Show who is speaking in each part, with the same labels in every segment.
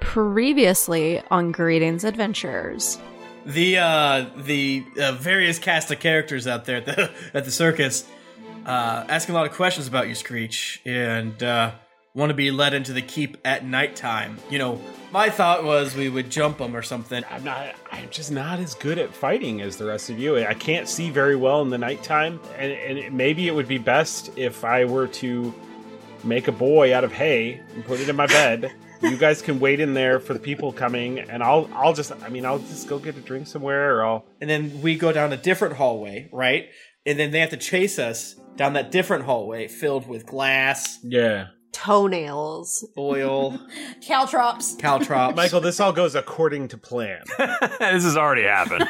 Speaker 1: Previously on Greetings Adventures.
Speaker 2: the uh, the uh, various cast of characters out there at the at the circus uh, asking a lot of questions about you, Screech, and uh, want to be led into the keep at nighttime. You know, my thought was we would jump them or something.
Speaker 3: I'm not. I'm just not as good at fighting as the rest of you. I can't see very well in the nighttime, and, and it- maybe it would be best if I were to make a boy out of hay and put it in my bed. you guys can wait in there for the people coming, and I'll I'll just. I mean, I'll just go get a drink somewhere, or I'll.
Speaker 2: And then we go down a different hallway, right? And then they have to chase us down that different hallway filled with glass,
Speaker 3: Yeah,
Speaker 4: Toenails.
Speaker 2: oil,
Speaker 4: Caltrops.
Speaker 2: caltrops.
Speaker 3: Michael. This all goes according to plan.
Speaker 5: this has already happened.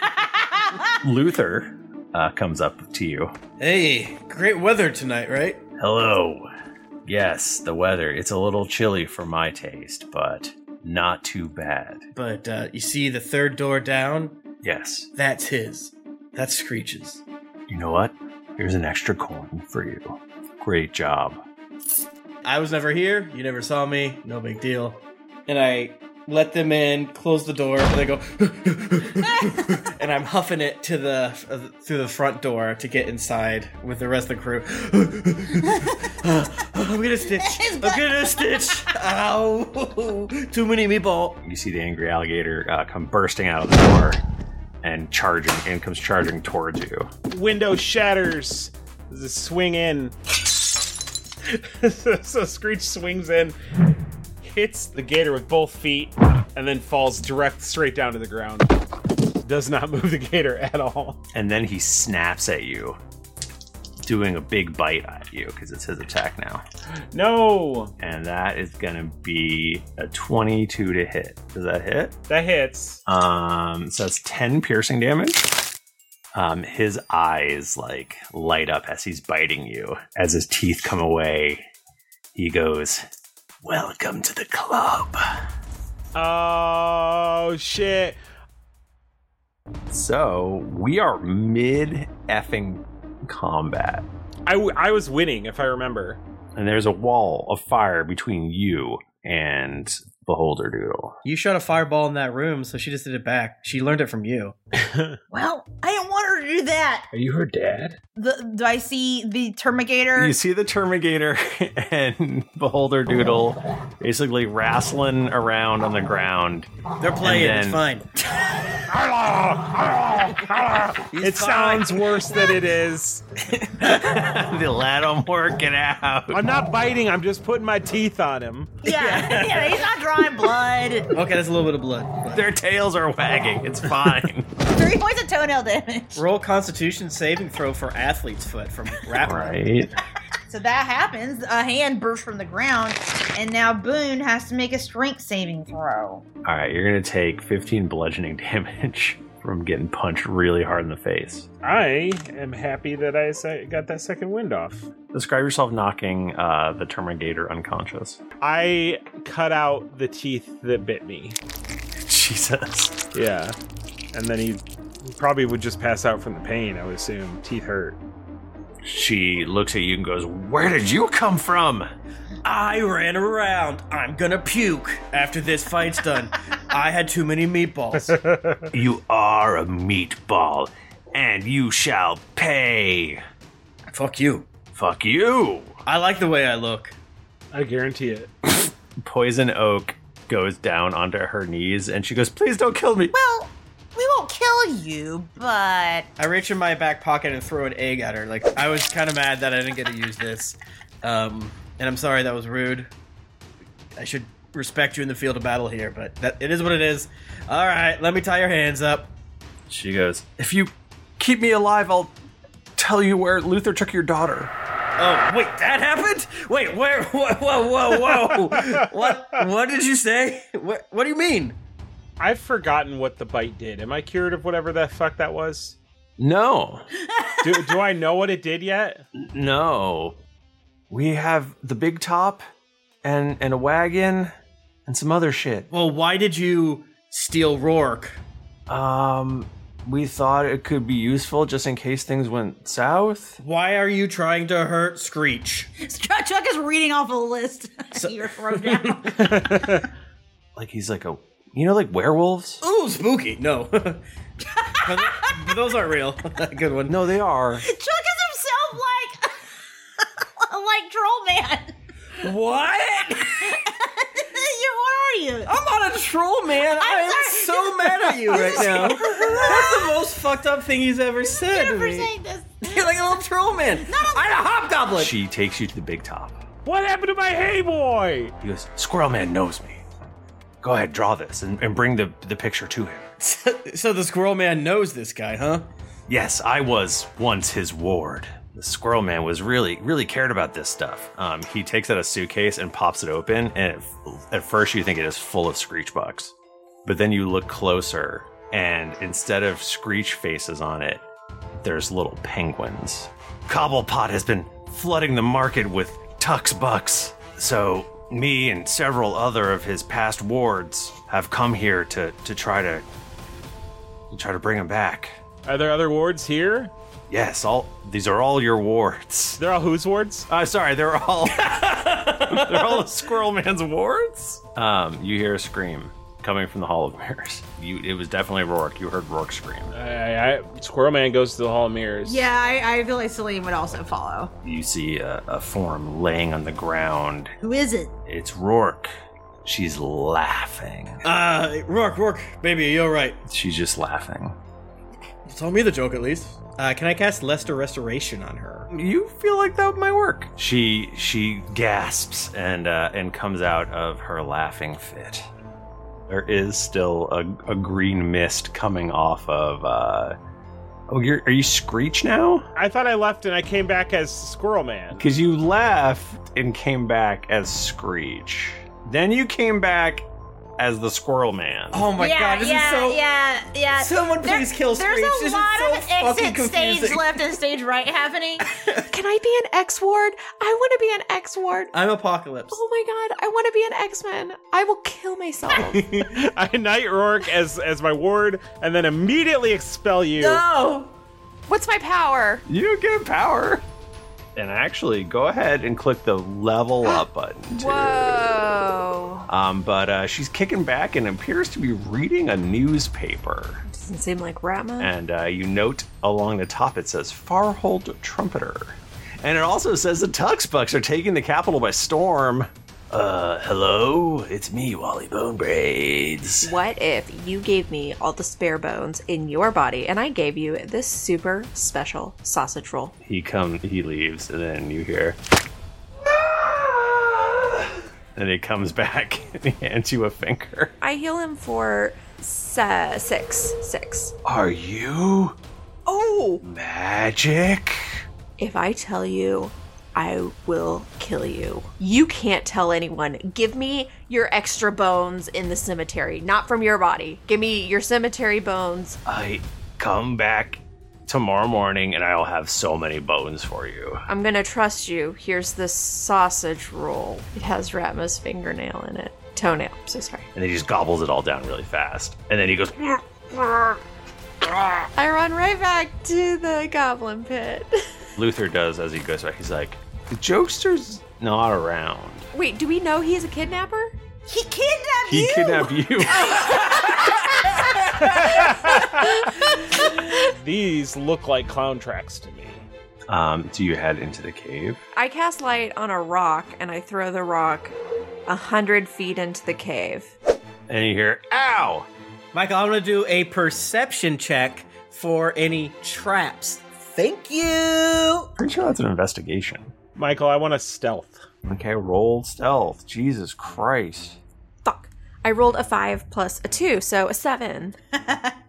Speaker 5: Luther uh, comes up to you.
Speaker 2: hey, great weather tonight, right?
Speaker 5: Hello. Yes, the weather. It's a little chilly for my taste, but not too bad.
Speaker 2: But uh, you see the third door down?
Speaker 5: Yes.
Speaker 2: That's his. That's Screech's.
Speaker 5: You know what? Here's an extra coin for you. Great job.
Speaker 2: I was never here. You never saw me. No big deal. And I let them in, close the door, and they go, and I'm huffing it to the uh, through the front door to get inside with the rest of the crew. I'm gonna stitch. I'm gonna stitch. Ow! Too many meatball.
Speaker 5: You see the angry alligator uh, come bursting out of the door and charging, and comes charging towards you.
Speaker 3: window shatters. The swing in. so, so Screech swings in, hits the gator with both feet, and then falls direct straight down to the ground. Does not move the gator at all.
Speaker 5: And then he snaps at you, doing a big bite at you because it's his attack now.
Speaker 3: No,
Speaker 5: And that is going to be a 22 to hit. Does that hit?
Speaker 3: that hits.
Speaker 5: Um, so that's 10 piercing damage. Um, his eyes like light up as he's biting you. As his teeth come away, he goes, Welcome to the club.
Speaker 3: Oh shit!
Speaker 5: So we are mid effing combat.
Speaker 3: I, w- I was winning if I remember.
Speaker 5: And there's a wall of fire between you and Beholder Doodle.
Speaker 6: You shot a fireball in that room, so she just did it back. She learned it from you.
Speaker 7: Well, I didn't want her to do that.
Speaker 3: Are you her dad?
Speaker 7: The, do I see the Termigator?
Speaker 5: You see the Termigator and Beholder Doodle basically wrestling around on the ground.
Speaker 2: They're playing.
Speaker 5: And
Speaker 2: it's
Speaker 5: then-
Speaker 2: fine.
Speaker 3: it sounds worse than it is.
Speaker 5: they let him work it out.
Speaker 3: I'm not biting. I'm just putting my teeth on him.
Speaker 7: yeah. yeah, he's not drawing blood.
Speaker 6: Okay, that's a little bit of blood.
Speaker 5: Their tails are wagging. It's fine.
Speaker 7: Three points of toenail damage.
Speaker 6: Roll Constitution saving throw for athlete's foot from Rap.
Speaker 5: right.
Speaker 7: So that happens. A hand bursts from the ground, and now Boone has to make a strength saving throw.
Speaker 5: All right, you're going to take 15 bludgeoning damage from getting punched really hard in the face.
Speaker 3: I am happy that I se- got that second wind off.
Speaker 5: Describe yourself knocking uh, the Termigator unconscious.
Speaker 3: I cut out the teeth that bit me.
Speaker 5: Jesus.
Speaker 3: Yeah. And then he probably would just pass out from the pain, I would assume. Teeth hurt.
Speaker 5: She looks at you and goes, Where did you come from?
Speaker 6: I ran around. I'm gonna puke after this fight's done. I had too many meatballs.
Speaker 5: You are a meatball, and you shall pay.
Speaker 6: Fuck you.
Speaker 5: Fuck you.
Speaker 6: I like the way I look.
Speaker 3: I guarantee it.
Speaker 5: Poison Oak goes down onto her knees and she goes, Please don't kill me.
Speaker 7: Well, we won't kill you, but
Speaker 6: I reach in my back pocket and throw an egg at her. Like I was kind of mad that I didn't get to use this, um, and I'm sorry that was rude. I should respect you in the field of battle here, but that it is what it is. All right, let me tie your hands up.
Speaker 5: She goes, If you keep me alive, I'll tell you where Luther took your daughter.
Speaker 2: Oh, wait, that happened? Wait, where? Whoa, whoa, whoa, whoa. what? What did you say? What, what do you mean?
Speaker 3: I've forgotten what the bite did. Am I cured of whatever the fuck that was?
Speaker 5: No,
Speaker 3: Do, do I know what it did yet?
Speaker 5: no. We have the big top and and a wagon and some other shit.
Speaker 2: Well, why did you steal Rourke?
Speaker 5: Um, we thought it could be useful just in case things went south.
Speaker 2: Why are you trying to hurt Screech?
Speaker 7: Chuck, Chuck is reading off a list you wrote down.
Speaker 5: Like he's like a, you know, like werewolves.
Speaker 2: Ooh, spooky. No. but, but those aren't real. Good one.
Speaker 5: No, they are.
Speaker 7: Chuck is himself like like troll man.
Speaker 2: What?
Speaker 7: you, what are you?
Speaker 2: I'm on a troll, man. I am
Speaker 7: sorry.
Speaker 2: so mad at you right now. That's the most fucked up thing he's ever said to
Speaker 7: Never
Speaker 2: me.
Speaker 7: say this.
Speaker 2: You're like a little troll man. I'm a hobgoblin.
Speaker 5: She takes you to the big top.
Speaker 3: What happened to my hay boy?
Speaker 5: He goes, Squirrel Man knows me. Go ahead, draw this and, and bring the, the picture to him.
Speaker 2: So the squirrel man knows this guy, huh?
Speaker 5: Yes, I was once his ward. The Squirrel Man was really, really cared about this stuff. Um, he takes out a suitcase and pops it open, and it, at first you think it is full of Screech Bucks. But then you look closer, and instead of Screech faces on it, there's little penguins. Cobblepot has been flooding the market with Tux Bucks. So, me and several other of his past wards have come here to, to try to, to try to bring him back.
Speaker 3: Are there other wards here?
Speaker 5: Yes, all these are all your wards.
Speaker 3: They're all whose wards?
Speaker 5: Uh, sorry, they're all they're all Squirrel Man's wards. Um, you hear a scream coming from the Hall of Mirrors. You, it was definitely Rourke. You heard Rourke scream.
Speaker 3: I, I, Squirrel Man goes to the Hall of Mirrors.
Speaker 7: Yeah, I, I feel like Celine would also follow.
Speaker 5: You see a, a form laying on the ground.
Speaker 7: Who is it?
Speaker 5: It's Rourke. She's laughing.
Speaker 2: Uh, Rourke, Rourke, baby, you're right.
Speaker 5: She's just laughing.
Speaker 2: Tell me the joke at least. Uh, can I cast Lester Restoration on her?
Speaker 5: You feel like that might work. She she gasps and uh, and comes out of her laughing fit. There is still a, a green mist coming off of. Uh, oh, you're are you Screech now?
Speaker 3: I thought I left and I came back as Squirrel Man.
Speaker 5: Because you left and came back as Screech. Then you came back as the Squirrel Man.
Speaker 2: Oh my
Speaker 7: yeah,
Speaker 2: god, this
Speaker 7: yeah,
Speaker 2: is so.
Speaker 7: yeah, yeah.
Speaker 2: Someone
Speaker 7: There-
Speaker 2: please kill Screech.
Speaker 7: There's a
Speaker 2: this
Speaker 7: lot
Speaker 2: is so
Speaker 7: of
Speaker 2: fucking
Speaker 7: exit stage
Speaker 2: confusing.
Speaker 7: left and stage right happening.
Speaker 1: Can I be an X ward? I want to be an X ward.
Speaker 2: I'm Apocalypse.
Speaker 1: Oh my god, I want to be an X Men. I will kill myself.
Speaker 3: I knight Rourke as as my ward, and then immediately expel you.
Speaker 2: No!
Speaker 1: What's my power?
Speaker 5: You get power. And actually, go ahead and click the level up button. Too.
Speaker 1: Whoa.
Speaker 5: Um, but uh, she's kicking back and appears to be reading a newspaper.
Speaker 1: Doesn't seem like Ratma.
Speaker 5: And uh, you note along the top it says Farhold Trumpeter. And it also says the Tuxbucks are taking the capital by storm. Uh, hello? It's me, Wally Bonebraids.
Speaker 1: What if you gave me all the spare bones in your body and I gave you this super special sausage roll?
Speaker 5: He come, he leaves, and then you hear. "Ah!" And he comes back and he hands you a finger.
Speaker 1: I heal him for se- six. Six.
Speaker 5: Are you
Speaker 1: Oh!
Speaker 5: magic?
Speaker 1: If I tell you, I will kill you. You can't tell anyone. Give me your extra bones in the cemetery, not from your body. Give me your cemetery bones.
Speaker 5: I come back tomorrow morning and I'll have so many bones for you.
Speaker 1: I'm gonna trust you. Here's this sausage roll. It has Ratma's fingernail in it. Toenail. I'm so sorry.
Speaker 5: And he just gobbles it all down really fast. And then he goes,
Speaker 1: I run right back to the goblin pit.
Speaker 5: Luther does as he goes back. He's like, The jokester's not around.
Speaker 1: Wait, do we know he's a kidnapper?
Speaker 7: he kidnapped
Speaker 5: He
Speaker 7: you.
Speaker 5: kidnapped you.
Speaker 3: These look like clown tracks to me.
Speaker 5: um, do you head into the cave?
Speaker 1: I cast light on a rock and I throw the rock a hundred feet into the cave.
Speaker 5: And you hear, Ow!
Speaker 2: Michael, I'm gonna do a perception check for any traps. Thank you!
Speaker 5: Pretty sure that's an investigation.
Speaker 3: Michael, I want a stealth.
Speaker 5: Okay, roll stealth. Jesus Christ.
Speaker 1: Fuck. I rolled a five plus a two, so a seven.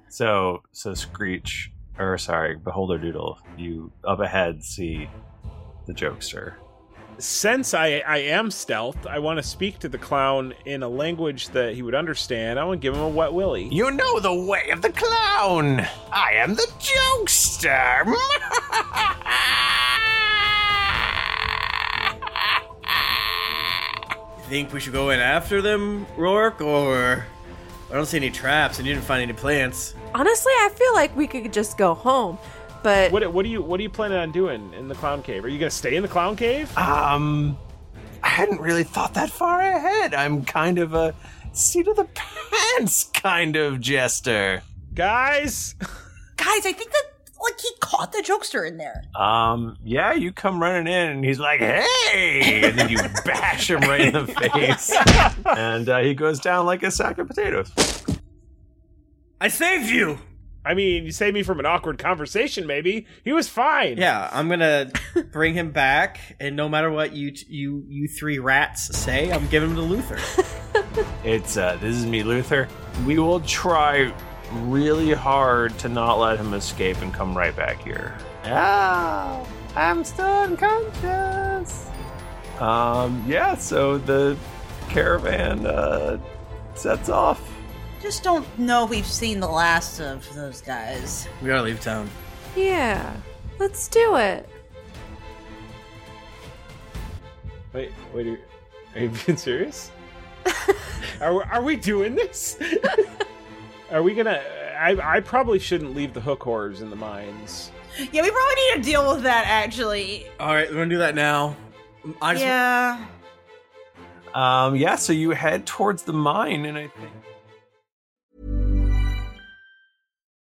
Speaker 5: So, so Screech, or sorry, Beholder Doodle, you up ahead see the jokester.
Speaker 3: Since I, I am stealth, I want to speak to the clown in a language that he would understand. I want to give him a wet willy.
Speaker 5: You know the way of the clown. I am the jokester.
Speaker 2: Think we should go in after them, Rourke, or I don't see any traps, and you didn't find any plants.
Speaker 1: Honestly, I feel like we could just go home, but
Speaker 3: What what do you what are you planning on doing in the clown cave? Are you gonna stay in the clown cave?
Speaker 5: um, I hadn't really thought that far ahead. I'm kind of a seat of the pants kind of jester.
Speaker 3: Guys,
Speaker 4: Guys, I think that like he caught the jokester in there.
Speaker 5: Um, yeah, you come running in, and he's like, "Hey!" and then you bash him right in the face, and uh, he goes down like a sack of potatoes.
Speaker 2: I saved you.
Speaker 3: I mean, you saved me from an awkward conversation. Maybe he was fine.
Speaker 2: Yeah, I'm gonna bring him back, and no matter what you t- you you three rats say, I'm giving him to Luther.
Speaker 5: It's uh, this is me, Luther. We will try really hard to not let him escape and come right back here. Ah, I'm still unconscious. Um, yeah. So the caravan uh, sets off.
Speaker 4: Just don't know if we've seen the last of those guys.
Speaker 2: we gotta leave town.
Speaker 1: yeah, let's do it.
Speaker 3: Wait, wait. Are you, are you being serious? are we- are we doing this? are we gonna? I I probably shouldn't leave the hook horrors in the mines.
Speaker 7: Yeah, we probably need to deal with that actually.
Speaker 2: All right, we're gonna do that now. I just,
Speaker 7: Yeah.
Speaker 5: Um, yeah. So you head towards the mine, and I think.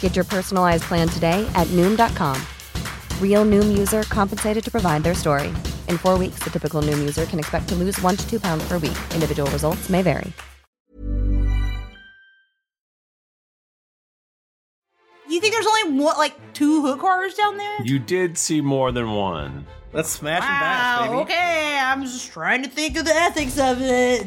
Speaker 8: Get your personalized plan today at Noom.com. Real Noom user compensated to provide their story. In four weeks, the typical Noom user can expect to lose one to two pounds per week. Individual results may vary.
Speaker 7: You think there's only one, like two hook horrors down there?
Speaker 5: You did see more than one.
Speaker 2: let's smash him back,
Speaker 7: Wow.
Speaker 2: baby.
Speaker 7: Okay, I'm just trying to think of the ethics of it.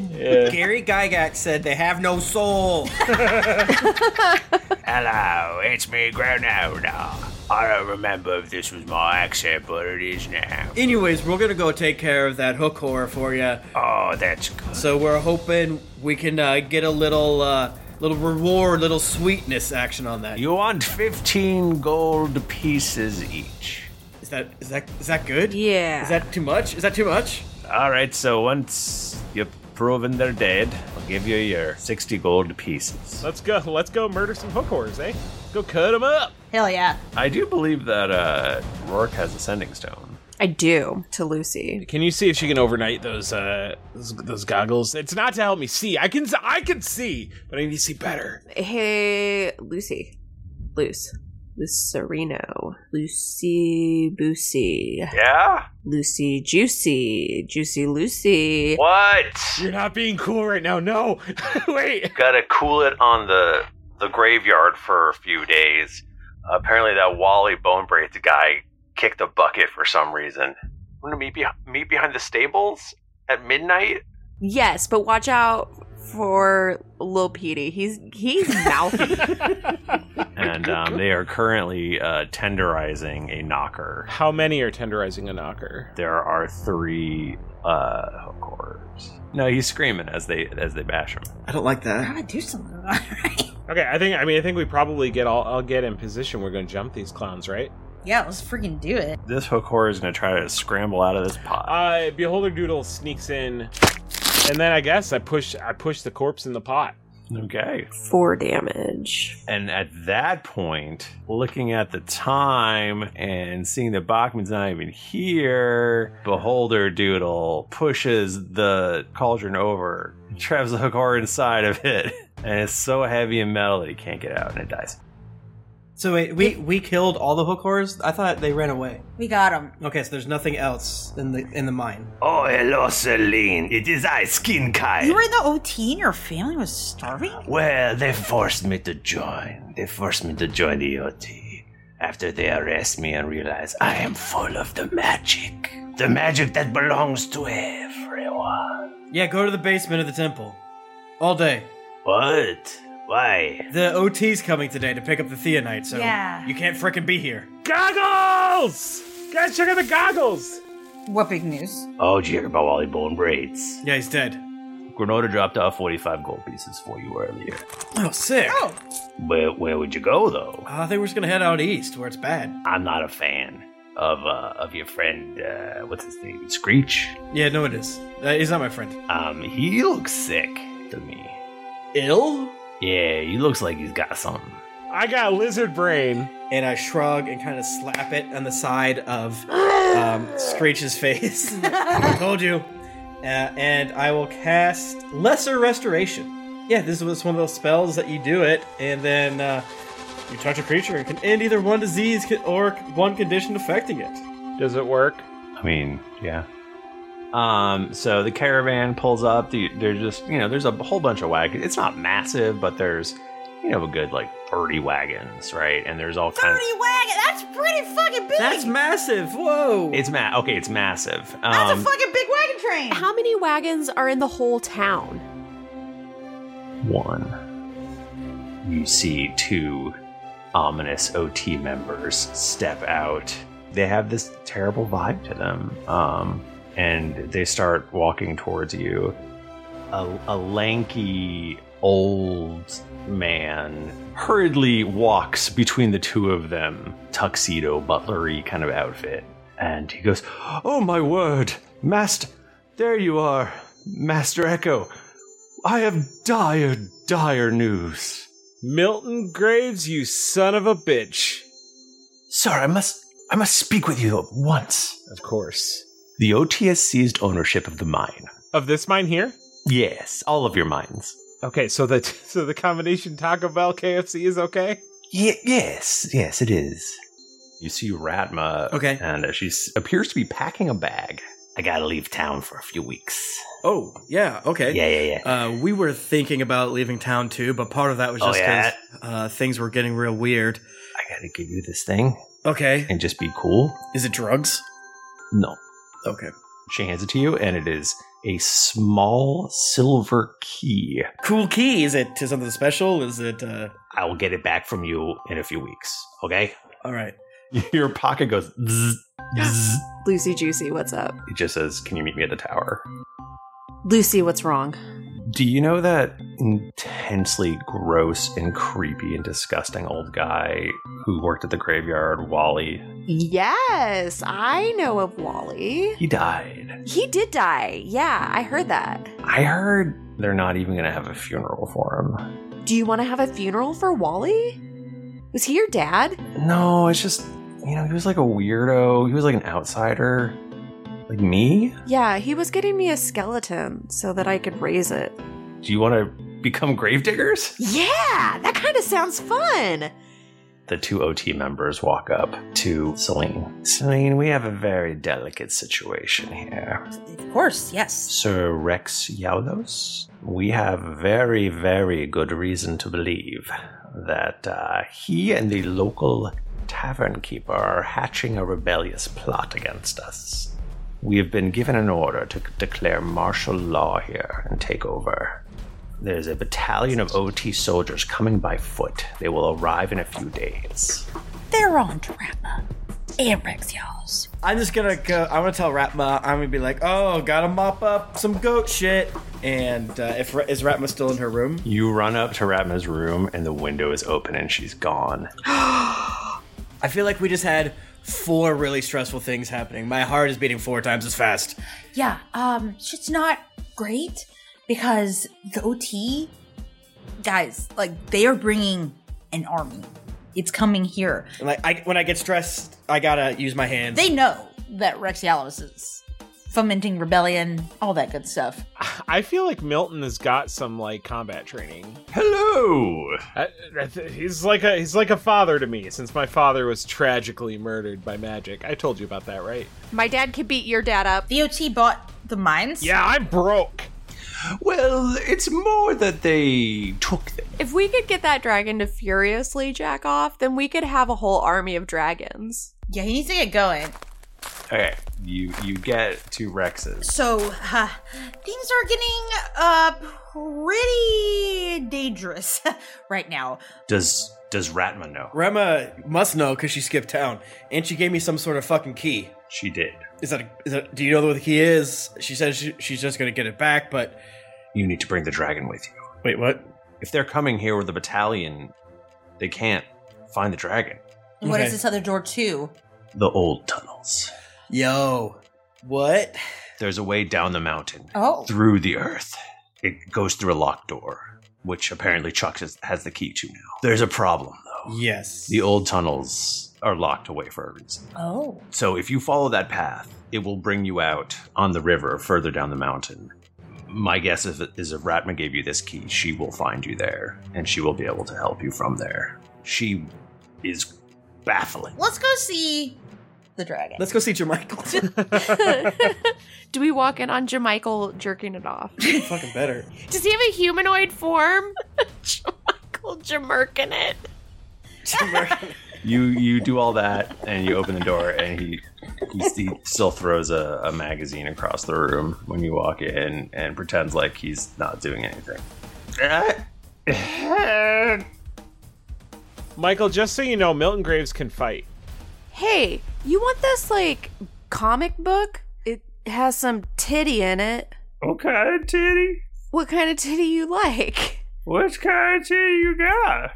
Speaker 2: Gary Gygax said they have no soul.
Speaker 5: Hello, it's me, Granola. I don't remember if this was my accent, but it is now.
Speaker 2: Anyways, we're gonna go take care of that hook horror for you.
Speaker 5: Oh, that's good.
Speaker 2: So we're hoping we can uh, get a little uh, little reward, little sweetness action on that. Is
Speaker 5: You want 15 gold pieces each.
Speaker 2: that is that is that good?
Speaker 1: Yeah.
Speaker 2: Is that too much? Is that too much?
Speaker 5: Alright, so once you've proven they're dead, I'll give you your 60 gold pieces.
Speaker 3: Let's go. Let's go murder some hook horrors, eh? Go cut them up.
Speaker 7: Hell yeah.
Speaker 5: I do believe that uh, Rourke has a sending stone.
Speaker 1: I do to Lucy.
Speaker 3: Can you see if she can overnight those uh those, those goggles? It's not to help me see. I can I can see, but I need to see better.
Speaker 1: Hey, Lucy. Luce. Lucerino, Lucy Boosie.
Speaker 5: Yeah?
Speaker 1: Lucy Juicy, Juicy Lucy.
Speaker 5: What?
Speaker 3: You're not being cool right now. No. Wait.
Speaker 5: Gotta cool it on the the graveyard for a few days. apparently, that Wally Bonebraith guy kicked a bucket for some reason. We're gonna meet, be- meet behind the stables at midnight.
Speaker 1: Yes, but watch out for Lil Petey. He's he's mouthy.
Speaker 5: And um, they are currently uh, tenderizing a knocker.
Speaker 3: How many are tenderizing a knocker?
Speaker 5: There are three uh, hook horrors. No, he's screaming as they as they bash him.
Speaker 3: I don't like that.
Speaker 4: Gotta do something about it.
Speaker 3: Okay, I think I mean I think we probably get all I'll get in position. We're gonna jump these clowns, right?
Speaker 4: Yeah, let's freaking do it.
Speaker 5: This hook horror is gonna try to scramble out of this pot.
Speaker 3: Uh, Beholder Doodle sneaks in, and then I guess I push I push the corpse in the pot.
Speaker 5: Okay.
Speaker 1: Four damage.
Speaker 5: And at that point, looking at the time and seeing that Bachman's not even here, Beholder Doodle pushes the cauldron over, traps the hook horror inside of it, and it's so heavy and metal that he can't get out and it dies.
Speaker 2: So wait, we we killed all the hook horrors. I thought they ran away.
Speaker 4: We got him.
Speaker 2: Okay, so there's nothing else in the in the mine.
Speaker 9: Oh, hello, Celine. It is I, Skin Kai.
Speaker 4: You were in the OT and your family was starving?
Speaker 9: Well, they forced me to join. They forced me to join the OT after they arrest me and realize I am full of the magic. The magic that belongs to everyone.
Speaker 2: Yeah, go to the basement of the temple, all day.
Speaker 9: What? Why?
Speaker 2: The OT's coming today to pick up the theonite, so
Speaker 4: Yeah.
Speaker 2: you can't frickin' be here.
Speaker 3: Goggles! Guys, check out the goggles!
Speaker 4: What big news?
Speaker 9: Oh, did you hear about Wally Bone Braids?
Speaker 2: Yeah, he's dead.
Speaker 9: Granota dropped off 45 gold pieces for you earlier.
Speaker 2: Oh, sick. Oh.
Speaker 9: Where, where would you go, though?
Speaker 2: I think we're just gonna head out east where it's bad.
Speaker 9: I'm not a fan of uh, of your friend, uh, what's his name? Screech?
Speaker 2: Yeah, no, it is. Uh, he's not my friend.
Speaker 9: Um, he looks sick to me.
Speaker 2: Ill?
Speaker 9: Yeah, he looks like he's got something.
Speaker 3: I got lizard brain.
Speaker 2: And I shrug and kind of slap it on the side of um, Screech's face. I told you. Uh, and I will cast Lesser Restoration. Yeah, this was one of those spells that you do it, and then uh, you touch a creature and can end either one disease co- or one condition affecting it.
Speaker 3: Does it work?
Speaker 5: I mean, yeah. Um, so the caravan pulls up. The, there's just you know, there's a whole bunch of wagons. It's not massive, but there's you know a good like thirty wagons, right? And there's all kinds.
Speaker 4: Wagon, that's pretty fucking big.
Speaker 2: That's massive. Whoa.
Speaker 5: It's ma- okay. It's massive. Um,
Speaker 4: fucking big wagon train.
Speaker 1: How many wagons are in the whole town?
Speaker 5: one. You see two ominous OT members step out. They have this terrible vibe to them, um, and they start walking towards you. A, a lanky old man hurriedly walks between the two of them, tuxedo butlery kind of outfit, and he goes, "Oh my word, master! There you are, Master Echo. I have dire, dire news.
Speaker 3: Milton Graves, you son of a bitch.
Speaker 9: Sir, I must I must speak with you at once.
Speaker 3: Of course.
Speaker 5: The OT has seized ownership of the mine.
Speaker 3: Of this mine here?
Speaker 5: Yes, all of your mines.
Speaker 3: Okay, so the so the combination Taco Bell KFC is okay?
Speaker 5: Ye- yes, yes, it is. You see Ratma. Okay. And uh, she s- appears to be packing a bag. I gotta leave town for a few weeks.
Speaker 2: Oh, yeah, okay.
Speaker 5: Yeah, yeah,
Speaker 2: yeah. Uh, we were thinking about leaving town too, but part of that was
Speaker 5: Oh,
Speaker 2: just
Speaker 5: yeah?
Speaker 2: because uh, things were getting real weird.
Speaker 5: I gotta give you this thing.
Speaker 2: Okay.
Speaker 5: And just be cool.
Speaker 2: Is it drugs?
Speaker 5: No.
Speaker 2: Okay.
Speaker 5: She hands it to you, and it is a small silver key.
Speaker 2: Cool key. Is it to something special? Is it. Uh...
Speaker 5: I will get it back from you in a few weeks, okay?
Speaker 2: All right.
Speaker 5: Your pocket goes. Zzz, zzz.
Speaker 1: Lucy Juicy, what's up?
Speaker 5: It just says, Can you meet me at the tower?
Speaker 1: Lucy, what's wrong?
Speaker 5: Do you know that intensely gross and creepy and disgusting old guy who worked at the graveyard, Wally?
Speaker 1: Yes, I know of Wally.
Speaker 5: He died.
Speaker 1: He did die. Yeah, I heard that.
Speaker 5: I heard they're not even going to have a funeral for him.
Speaker 1: Do you want to have a funeral for Wally? Was he your dad?
Speaker 5: No, it's just, you know, he was like a weirdo. He was like an outsider. Like me?
Speaker 1: Yeah, he was getting me a skeleton so that I could raise it.
Speaker 5: Do you want to become gravediggers?
Speaker 1: Yeah, that kind of sounds fun.
Speaker 5: the two OT members walk up to Celine. Celine, we have a very delicate situation here.
Speaker 4: Of course, yes.
Speaker 5: Sir Rex Yaulos, we have very, very good reason to believe that uh, he and the local tavern keeper are hatching a rebellious plot against us. We have been given an order to declare martial law here and take over. There's a battalion of OT soldiers coming by foot. They will arrive in a few days.
Speaker 4: They're on to Rappa and Rex Yalls.
Speaker 2: I'm just gonna go. I'm gonna tell Ratma. I'm gonna be like, "Oh, gotta mop up some goat shit." And uh, if Ra- is Ratma still in her room?
Speaker 5: You run up to Ratma's room, and the window is open, and she's gone.
Speaker 2: I feel like we just had four really stressful things happening. My heart is beating four times as fast.
Speaker 4: Yeah, um, shit's not great because the OT guys, like, they are bringing an army. It's coming here.
Speaker 2: And, Like I, when I get stressed, I gotta use my hands.
Speaker 4: They know that Rex Yalos is fomenting rebellion, all that good stuff.
Speaker 3: I feel like Milton has got some like combat training.
Speaker 5: Hello.
Speaker 3: he's like a he's like a father to me since my father was tragically murdered by magic. I told you about that, right?
Speaker 1: My dad could beat your dad up.
Speaker 7: The OT bought the mines.
Speaker 3: Yeah, I'm broke.
Speaker 5: Well, it's more that they took them.
Speaker 1: If we could get that dragon to furiously jack off, then we could have a whole army of dragons.
Speaker 7: Yeah, he needs to get going.
Speaker 5: Okay, you you get to Rex's.
Speaker 7: So uh, things are getting uh pretty dangerous right now.
Speaker 5: Does does Ratma know?
Speaker 2: Rema must know because she skipped town, and she gave me some sort of fucking key.
Speaker 5: She did.
Speaker 2: Is that? A, is that? Do you know what the key is? She says she, she's just gonna get it back, but
Speaker 5: You need to bring the dragon with you.
Speaker 2: Wait, what?
Speaker 5: If they're coming here with a battalion, they can't find the dragon.
Speaker 4: And What
Speaker 5: Okay.
Speaker 4: is this other door too?
Speaker 5: The old tunnels.
Speaker 2: Yo, what?
Speaker 5: There's a way down the mountain.
Speaker 4: Oh.
Speaker 5: Through the earth. It goes through a locked door, which apparently Chuck has, has the key to now. There's a problem, though.
Speaker 2: Yes.
Speaker 5: The old tunnels are locked away for a reason.
Speaker 4: Oh.
Speaker 5: So if you follow that path, it will bring you out on the river further down the mountain. My guess is, is if Ratma gave you this key, she will find you there, and she will be able to help you from there. She is baffling.
Speaker 7: Let's go see
Speaker 4: the dragon.
Speaker 2: Let's go see Jermichael.
Speaker 1: Do we walk in on Jermichael jerking it off?
Speaker 2: fucking better.
Speaker 1: Does he have a humanoid form? Jermichael Jermerkin it.
Speaker 5: You you do all that, and you open the door, and he he, he still throws a, a magazine across the room when you walk in, and pretends like he's not doing anything.
Speaker 9: Uh-huh.
Speaker 3: Michael, just so you know, Milton Graves can fight.
Speaker 1: Hey, you want this like comic book? It has some titty in it.
Speaker 5: What kind of titty?
Speaker 1: What kind of titty you like?
Speaker 5: What kind of titty you got?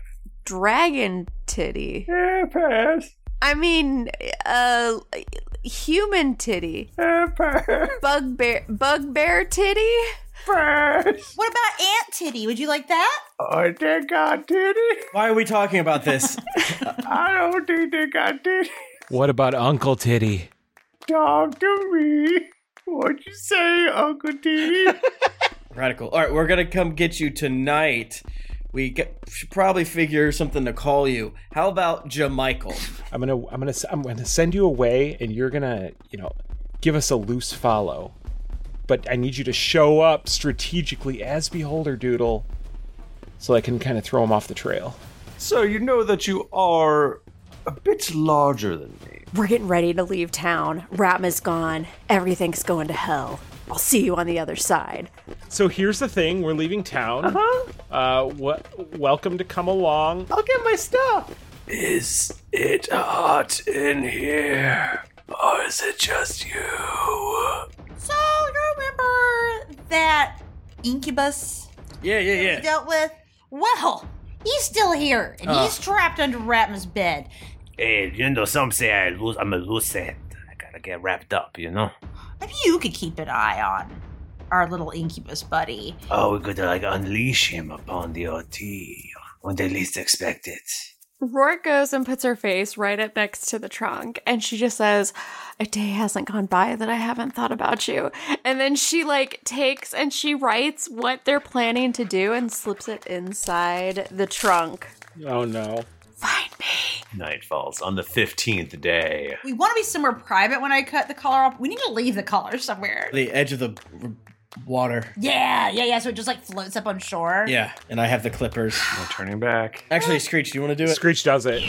Speaker 1: Dragon titty.
Speaker 5: Yeah, pass.
Speaker 1: I mean, uh, human titty. Bugbear, bugbear titty.
Speaker 5: Pass.
Speaker 7: What about Aunt Titty? Would you like that?
Speaker 5: I think got titty.
Speaker 2: Why are we talking about this?
Speaker 5: I don't think they got titty.
Speaker 3: What about Uncle Titty?
Speaker 5: Talk to me. What'd you say, Uncle Titty?
Speaker 2: Radical. All right, we're gonna come get you tonight. We get, should probably figure something to call you. How about Jermichael?
Speaker 3: I'm gonna I'm gonna s- I'm gonna send you away, and you're gonna you know give us a loose follow, but I need you to show up strategically as Beholder Doodle, so I can kind of throw him off the trail.
Speaker 5: So you know that you are a bit larger than me.
Speaker 1: We're getting ready to leave town. Ratma's gone. Everything's going to hell. I'll see you on the other side.
Speaker 3: So here's the thing: we're leaving town.
Speaker 1: Uh-huh.
Speaker 3: Uh, wha- welcome to come along.
Speaker 2: I'll get my stuff.
Speaker 9: Is it hot in here? Or is it just you?
Speaker 7: So you remember that incubus
Speaker 2: Yeah, yeah,
Speaker 7: we
Speaker 2: yeah.
Speaker 7: dealt with? Well, he's still here and
Speaker 9: Ugh.
Speaker 7: he's trapped under Ratma's bed.
Speaker 9: Hey, you know, some say I lose, I'm a loose end. I gotta get wrapped up, you know?
Speaker 7: Maybe you could keep an eye on our little incubus buddy.
Speaker 9: Oh, we could, like, unleash him upon the OT when they least expect it.
Speaker 1: Rourke goes and puts her face right up next to the trunk, and she just says, "A day hasn't gone by that I haven't thought about you." And then she like takes and she writes what they're planning to do and slips it inside the trunk.
Speaker 3: Oh no.
Speaker 5: Night falls on the 15th day.
Speaker 7: We want to be somewhere private when I cut the collar off. We need to leave the collar somewhere.
Speaker 10: The edge of the water.
Speaker 7: Yeah, yeah, yeah. So it just like floats up on shore.
Speaker 10: Yeah, and I have the clippers.
Speaker 5: No turning back.
Speaker 10: Actually, Screech, do you want to do it?
Speaker 11: Screech does it.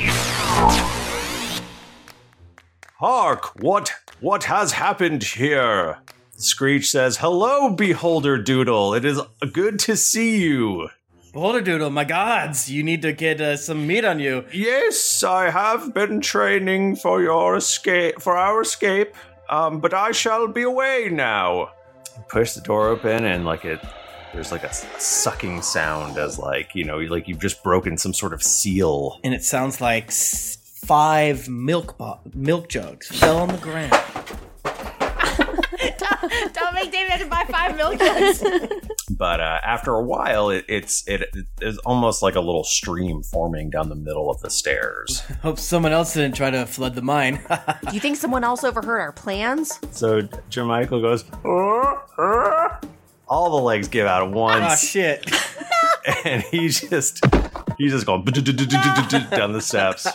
Speaker 5: Hark! What what has happened here? Screech says, "Hello, Beholder Doodle. It is good to see you."
Speaker 2: Beholder Doodle, Oh my gods, you need to get uh, some meat on you.
Speaker 5: Yes, I have been training for your escape, for our escape. Um, but I shall be away now. Oh, Push the door open, and like it, there's like a, s- a sucking sound as like you know, like you've just broken some sort of seal.
Speaker 2: And it sounds like s- five milk bo- milk jugs fell on the ground.
Speaker 12: don't, don't make David have to buy five milk jugs.
Speaker 5: But uh, after a while, it, it's it is almost like a little stream forming down the middle of the stairs.
Speaker 2: Hope someone else didn't try to flood the mine.
Speaker 1: Do you think someone else overheard our plans?
Speaker 5: So Jermichael goes, all the legs give out at once.
Speaker 2: Ah, shit.
Speaker 5: and he just he's just going down the steps.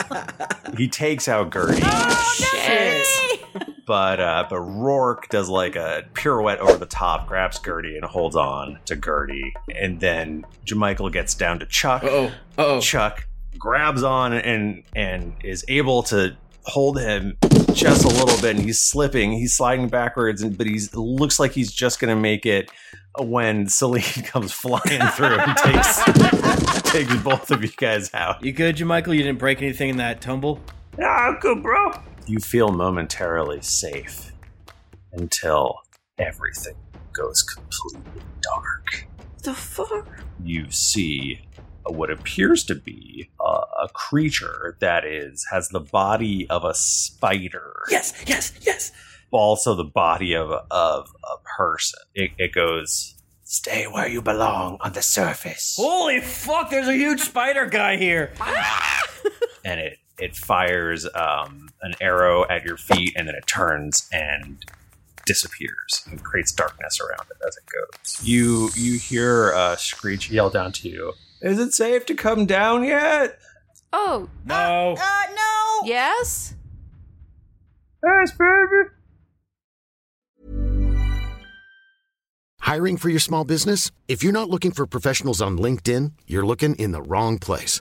Speaker 5: He takes out Gertie,
Speaker 2: Oh,
Speaker 5: but uh, but Rourke does like a pirouette over the top, grabs Gertie and holds on to Gertie, and then Jermichael gets down to Chuck.
Speaker 2: Oh, oh,
Speaker 5: Chuck grabs on and and is able to hold him just a little bit and he's slipping he's sliding backwards and but he's looks like he's just gonna make it when Celine comes flying through and takes takes both of you guys out
Speaker 2: you good Jermichael? you didn't break anything in that tumble
Speaker 5: ah good bro you feel momentarily safe until everything goes completely dark
Speaker 1: The fuck?
Speaker 5: you see what appears to be a, a creature that is has the body of a spider.
Speaker 2: Yes, yes, yes.
Speaker 5: Also, the body of a, of a person. It, it goes. Stay where you belong on the surface.
Speaker 2: Holy fuck! There's a huge spider guy here.
Speaker 1: Ah!
Speaker 5: and it it fires um, an arrow at your feet, and then it turns and disappears and creates darkness around it as it goes. You you hear uh, Screech yell down to you. Is it safe to come down yet?
Speaker 1: Oh.
Speaker 2: No.
Speaker 12: Uh, no.
Speaker 1: Yes?
Speaker 12: Yes, baby.
Speaker 13: Hiring for your small business? If you're not looking for professionals on LinkedIn, you're looking in the wrong place.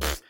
Speaker 2: Pfft,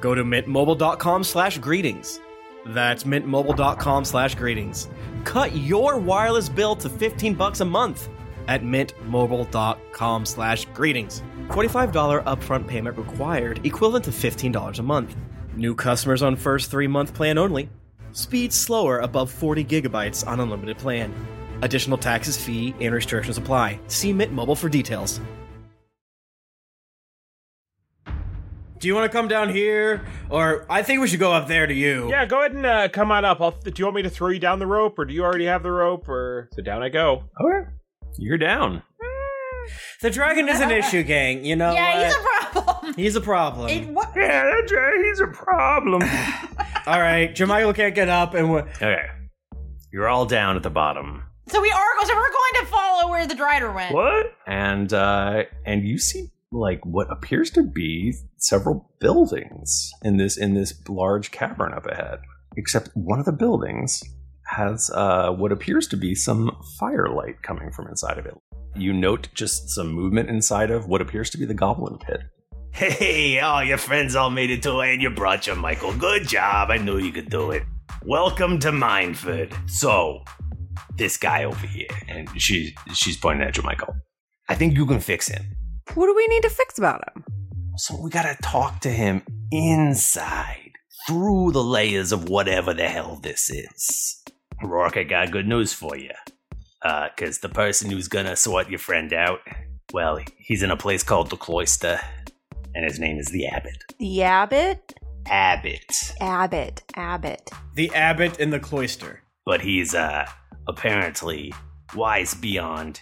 Speaker 2: go to mintmobile.com/greetings. slash greetings. That's mintmobile.com slash greetings. Cut your wireless bill to 15 bucks a month at mintmobile.com slash greetings. $45 upfront payment required, equivalent to $15 a month. New customers on first three month plan only. Speed slower above 40 gigabytes on unlimited plan. Additional taxes, fee, and restrictions apply. See Mint Mobile for details.
Speaker 6: Do you want to come down here, or I think we should go up there to you?
Speaker 3: Yeah, go ahead and uh, come on up. I'll, do you want me to throw you down the rope, or do you already have the rope? Or so down I go.
Speaker 5: Okay, you're down.
Speaker 2: The dragon is an issue, gang. You know.
Speaker 7: Yeah, he's
Speaker 2: what? He's a problem.
Speaker 7: Yeah,
Speaker 2: that dragon, he's a problem. All right, Jermichael can't get up, and we're
Speaker 5: Okay. You're all down at the bottom.
Speaker 7: So we are so we're going to follow where the drider went.
Speaker 5: And uh and you see like what appears to be several buildings in this in this large cavern up ahead. Except one of the buildings has uh what appears to be some firelight coming from inside of it. You note just some movement inside of what appears to be the goblin pit.
Speaker 9: Hey, all your friends all made it to and you brought your Michael. Good job. I knew you could do it. Welcome to Mineford. So, this guy over here, and she she's pointing at you, Michael. I think you can fix him.
Speaker 14: What do we need to fix about him?
Speaker 9: So we gotta talk to him inside, through the layers of whatever the hell this is. Rourke, I got good news for you. Uh, cause the person who's gonna sort your friend out, well, he's in a place called the Cloister, and his name is the Abbot.
Speaker 1: The abbot?
Speaker 9: Abbot.
Speaker 1: Abbot. Abbot.
Speaker 9: The Abbot in the Cloister. But he's, uh, apparently wise beyond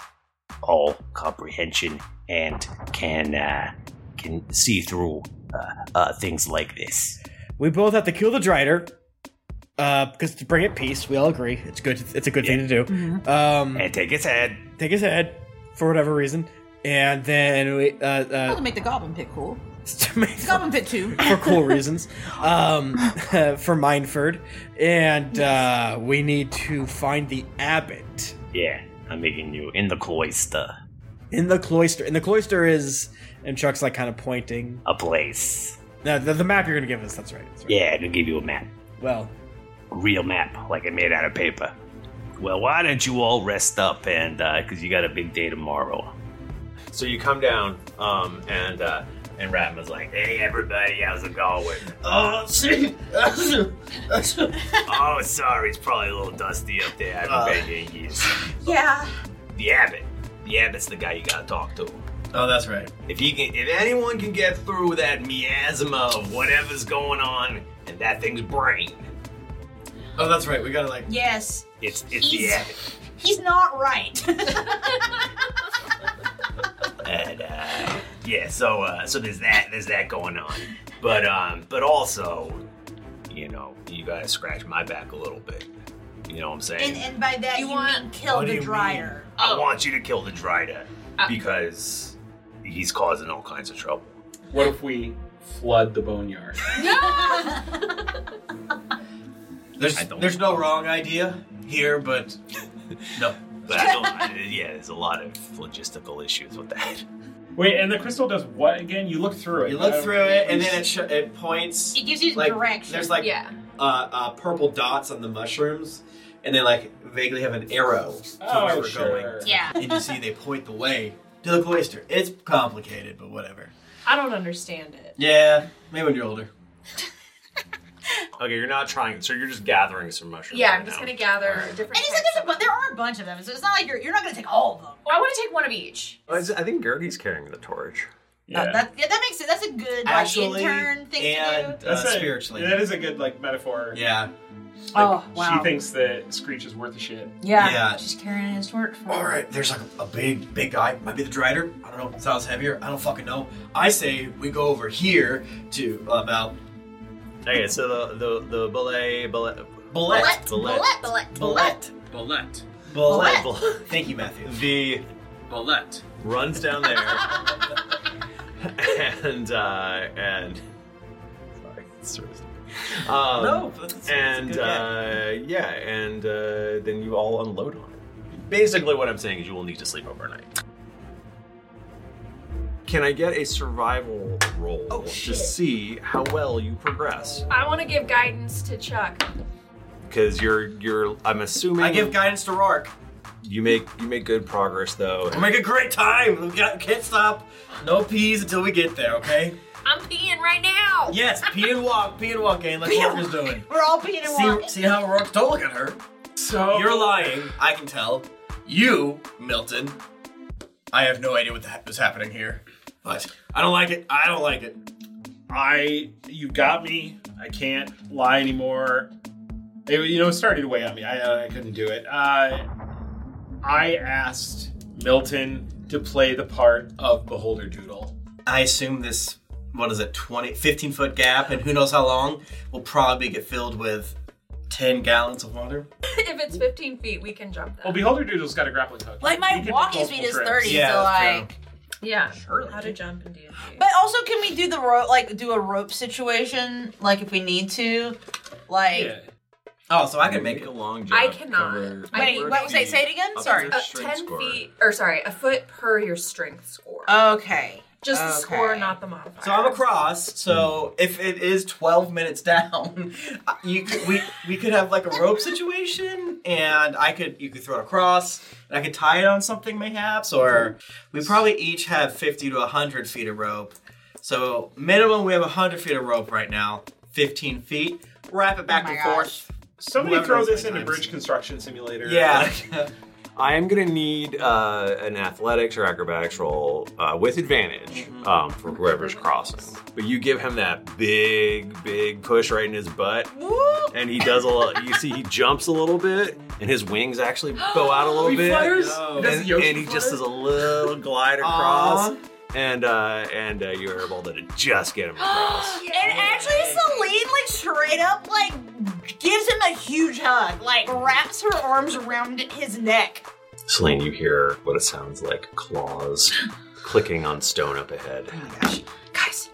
Speaker 9: all comprehension and can, uh, can see through, uh, uh, things like this.
Speaker 2: we both have to kill the drider. Uh, because to bring it peace, we all agree it's good. It's a good thing to do.
Speaker 7: Mm-hmm.
Speaker 9: Mhm.
Speaker 2: Um,
Speaker 9: and take his head.
Speaker 2: Take his head for whatever reason, and then we uh,
Speaker 4: Well, to
Speaker 2: uh
Speaker 4: make the goblin pit cool. goblin pit too.
Speaker 2: for cool reasons. Um, for Mineford, and uh, we need to find the abbot.
Speaker 9: Yeah, I'm making you in the cloister.
Speaker 2: In the cloister. And the cloister is, and Chuck's like kind of pointing.
Speaker 9: A place.
Speaker 2: No, the, the map you're going to give us, that's right.
Speaker 9: Yeah, to give you a map.
Speaker 2: Well,
Speaker 9: A real map, like I made out of paper. Well, why don't you all rest up and, uh 'cause because you got a big day tomorrow.
Speaker 5: So you come down, um, and uh, And Ratma's like, hey, everybody, how's it going? Uh,
Speaker 9: Oh, shit.
Speaker 5: oh, sorry, it's probably a little dusty up there. I've been back eight years.
Speaker 2: Uh.
Speaker 7: Yeah.
Speaker 5: The abbot. The abbot's the guy you gotta talk to.
Speaker 2: Oh, that's right.
Speaker 5: If he can, if anyone can get through that miasma of whatever's going on and that thing's brain,
Speaker 2: Oh, that's right. We gotta like.
Speaker 7: Yes.
Speaker 5: it's it's the
Speaker 7: He's-
Speaker 5: abbot.
Speaker 7: He's not right.
Speaker 5: and uh, yeah, so uh, so there's that there's that going on, but um, but also, you know, you gotta scratch my back a little bit. You know what I'm saying?
Speaker 7: and, oh. and by that you, mean kill
Speaker 5: What do
Speaker 7: the
Speaker 5: you
Speaker 7: dryer.
Speaker 5: mean? I want you to kill the Dryda
Speaker 7: Uh,
Speaker 5: because he's causing all kinds of trouble.
Speaker 3: What if we flood the boneyard?
Speaker 2: There's there's no wrong idea here, but
Speaker 5: no. But I don't, I- yeah, there's a lot of logistical issues with that.
Speaker 3: Wait, and the crystal does what again? You look through it. Uh,
Speaker 2: you look through it, and then it sh- it points.
Speaker 7: It gives you
Speaker 2: like,
Speaker 7: direction.
Speaker 2: There's like
Speaker 7: Yeah.
Speaker 2: uh, uh, purple dots on the mushrooms, and they like vaguely have an arrow to
Speaker 3: Oh,
Speaker 2: where we're
Speaker 3: sure.
Speaker 2: going.
Speaker 3: Yeah.
Speaker 2: and you see they point the way to the cloister. It's complicated, but whatever.
Speaker 1: I don't understand it.
Speaker 2: Yeah, maybe when you're older.
Speaker 5: Okay, you're not trying, so you're just gathering some mushrooms.
Speaker 1: Yeah,
Speaker 5: right
Speaker 1: I'm just
Speaker 5: now.
Speaker 1: gonna gather
Speaker 7: And
Speaker 1: different.
Speaker 7: he said there's a, bu- there are a bunch of them, so it's not like you're you're not gonna take all of them.
Speaker 1: Well, I want to take one of each.
Speaker 5: Well, I think Gergie's carrying the torch.
Speaker 7: Uh, that, yeah, that makes sense. That's a good like,
Speaker 3: Actually,
Speaker 7: intern thing to do.
Speaker 3: That's a-
Speaker 2: uh, spiritually.
Speaker 3: that is a good like metaphor.
Speaker 2: Yeah.
Speaker 7: Oh, wow.
Speaker 3: She thinks that Screech is worth a shit.
Speaker 2: Yeah. Yeah.
Speaker 7: She's carrying his torch for
Speaker 2: All right, there's like a, a big, big guy. Might be the Drider. I don't know. Sounds heavier. I don't fucking know. I say we go over here to about.
Speaker 5: Okay, so the the the ballet ballet
Speaker 2: Bullet.
Speaker 5: Bullet.
Speaker 7: bullet,
Speaker 2: Bullet.
Speaker 5: Bullet.
Speaker 2: Bullet. Thank you, Matthew.
Speaker 5: The bullet runs down there and uh and sorry, it's sort of stupid. um,
Speaker 2: No, that's- that's a
Speaker 5: and
Speaker 2: good
Speaker 5: uh, yeah, and uh, then you all unload on it. Basically, what I'm saying is you will need to sleep overnight. Can I get a survival roll
Speaker 2: Oh,
Speaker 5: to see how well you progress?
Speaker 1: I want to give guidance to Chuck.
Speaker 5: Because you're you're I'm assuming
Speaker 2: I give guidance to Rourke.
Speaker 5: you make you make good progress though.
Speaker 2: We'll make a great time. We got, can't stop. No peas until we get there, okay?
Speaker 1: I'm peeing right now.
Speaker 2: Yes, pee and walk, pee and walk, gang. Like
Speaker 1: Pee Oh. and
Speaker 2: Rourke's doing.
Speaker 7: We're all peeing and walking.
Speaker 2: See, see how it works? Don't look at her.
Speaker 3: So
Speaker 2: you're lying. I can tell. You, Milton. I have no idea what the heck is happening here, but I don't like it. I don't like it.
Speaker 3: I you got me. I can't lie anymore. It, you know, it started to weigh on me. I, I couldn't do it. Uh, I asked Milton to play the part of Beholder Doodle.
Speaker 2: I assume this, what is it, 20, 15 foot gap, and who knows how long, will probably get filled with 10 gallons of water.
Speaker 1: if it's 15 feet, we can jump that.
Speaker 3: Well, Beholder Doodle's got a grappling hook.
Speaker 1: Like, my
Speaker 3: He can do
Speaker 1: walking
Speaker 3: multiple
Speaker 1: speed is
Speaker 3: tricks.
Speaker 1: 30,
Speaker 7: Yeah, so, that's like-
Speaker 1: Yeah. How to jump and do it.
Speaker 7: But also, can we do the rope, like do a rope situation, like if we need to, like
Speaker 2: Oh, so I can make,
Speaker 5: a long
Speaker 1: I cannot. I
Speaker 7: Wait,
Speaker 1: need-
Speaker 7: what was I- say it again? Up to Sorry. your
Speaker 1: Uh,
Speaker 7: strength
Speaker 1: ten
Speaker 7: score.
Speaker 1: feet, or sorry, a foot per your strength score.
Speaker 7: Okay.
Speaker 1: Just the
Speaker 2: Okay.
Speaker 1: score, not the modifier.
Speaker 2: So I'm across. So if it is 12 minutes down, uh, you could, we we could have like a rope situation, and I could you could throw it across, and I could tie it on something mayhaps, or we probably each have 50 to 100 feet of rope. So minimum we have 100 feet of rope right now, 15 feet. Wrap it back
Speaker 3: Oh my
Speaker 2: and forth.
Speaker 3: Somebody
Speaker 2: Whoever
Speaker 3: throw
Speaker 2: knows
Speaker 3: this
Speaker 2: my
Speaker 3: into
Speaker 2: times.
Speaker 3: Bridge Construction Simulator.
Speaker 2: Yeah.
Speaker 5: I am going to need uh, an athletics or acrobatics roll uh, with advantage
Speaker 2: Mm-hmm.
Speaker 5: um, for whoever's crossing. But you give him that big, big push right in his butt, and he does a. little You see, he jumps a little bit, and his wings actually go out a little
Speaker 3: He
Speaker 5: bit,
Speaker 3: flutters? He
Speaker 5: and,
Speaker 3: does the Yoshi
Speaker 5: and he
Speaker 3: flutter?
Speaker 5: just does a little glide across. And uh, and uh, you were able to just get him.
Speaker 7: and actually, Celine like straight up like gives him a huge hug, like wraps her arms around his neck.
Speaker 5: Celine, you hear what it sounds like claws clicking on stone up ahead.
Speaker 7: Oh Guys,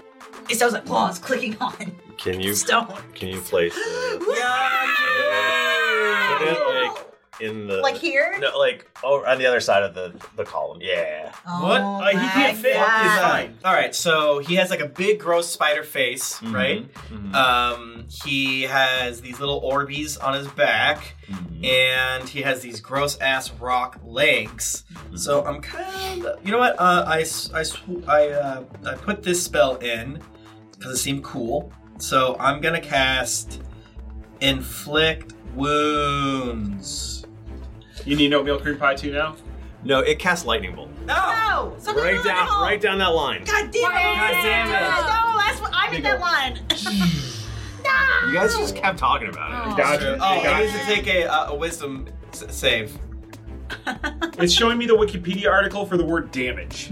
Speaker 7: it sounds like claws clicking on.
Speaker 5: Can you
Speaker 7: Stone.
Speaker 5: Can you place the
Speaker 7: Yeah,
Speaker 5: Put it, like, in the
Speaker 7: Like here?
Speaker 5: No, like over on the other side of the the column. Yeah.
Speaker 2: What? Uh, he can't fit.
Speaker 5: God.
Speaker 2: All right, so he has like a big, gross spider face, right? Um, he has these little Orbeez on his back, and he has these gross ass rock legs. So I'm kind of, you know what? Uh, I s- I sw- I, uh, I put this spell in because it seemed cool. So I'm gonna cast inflict wounds.
Speaker 3: You need oatmeal cream pie too now.
Speaker 5: No, it casts lightning bolt.
Speaker 7: No! Something
Speaker 5: right
Speaker 7: wrong with
Speaker 5: down,
Speaker 7: all-
Speaker 5: right down that line.
Speaker 7: God damn it!
Speaker 5: God damn it.
Speaker 7: No, that's what I'm in that line. no!
Speaker 5: You guys just kept talking about it.
Speaker 2: Oh, oh he needs to take a, uh, a wisdom s- save.
Speaker 3: It's showing me the Wikipedia article for the word damage.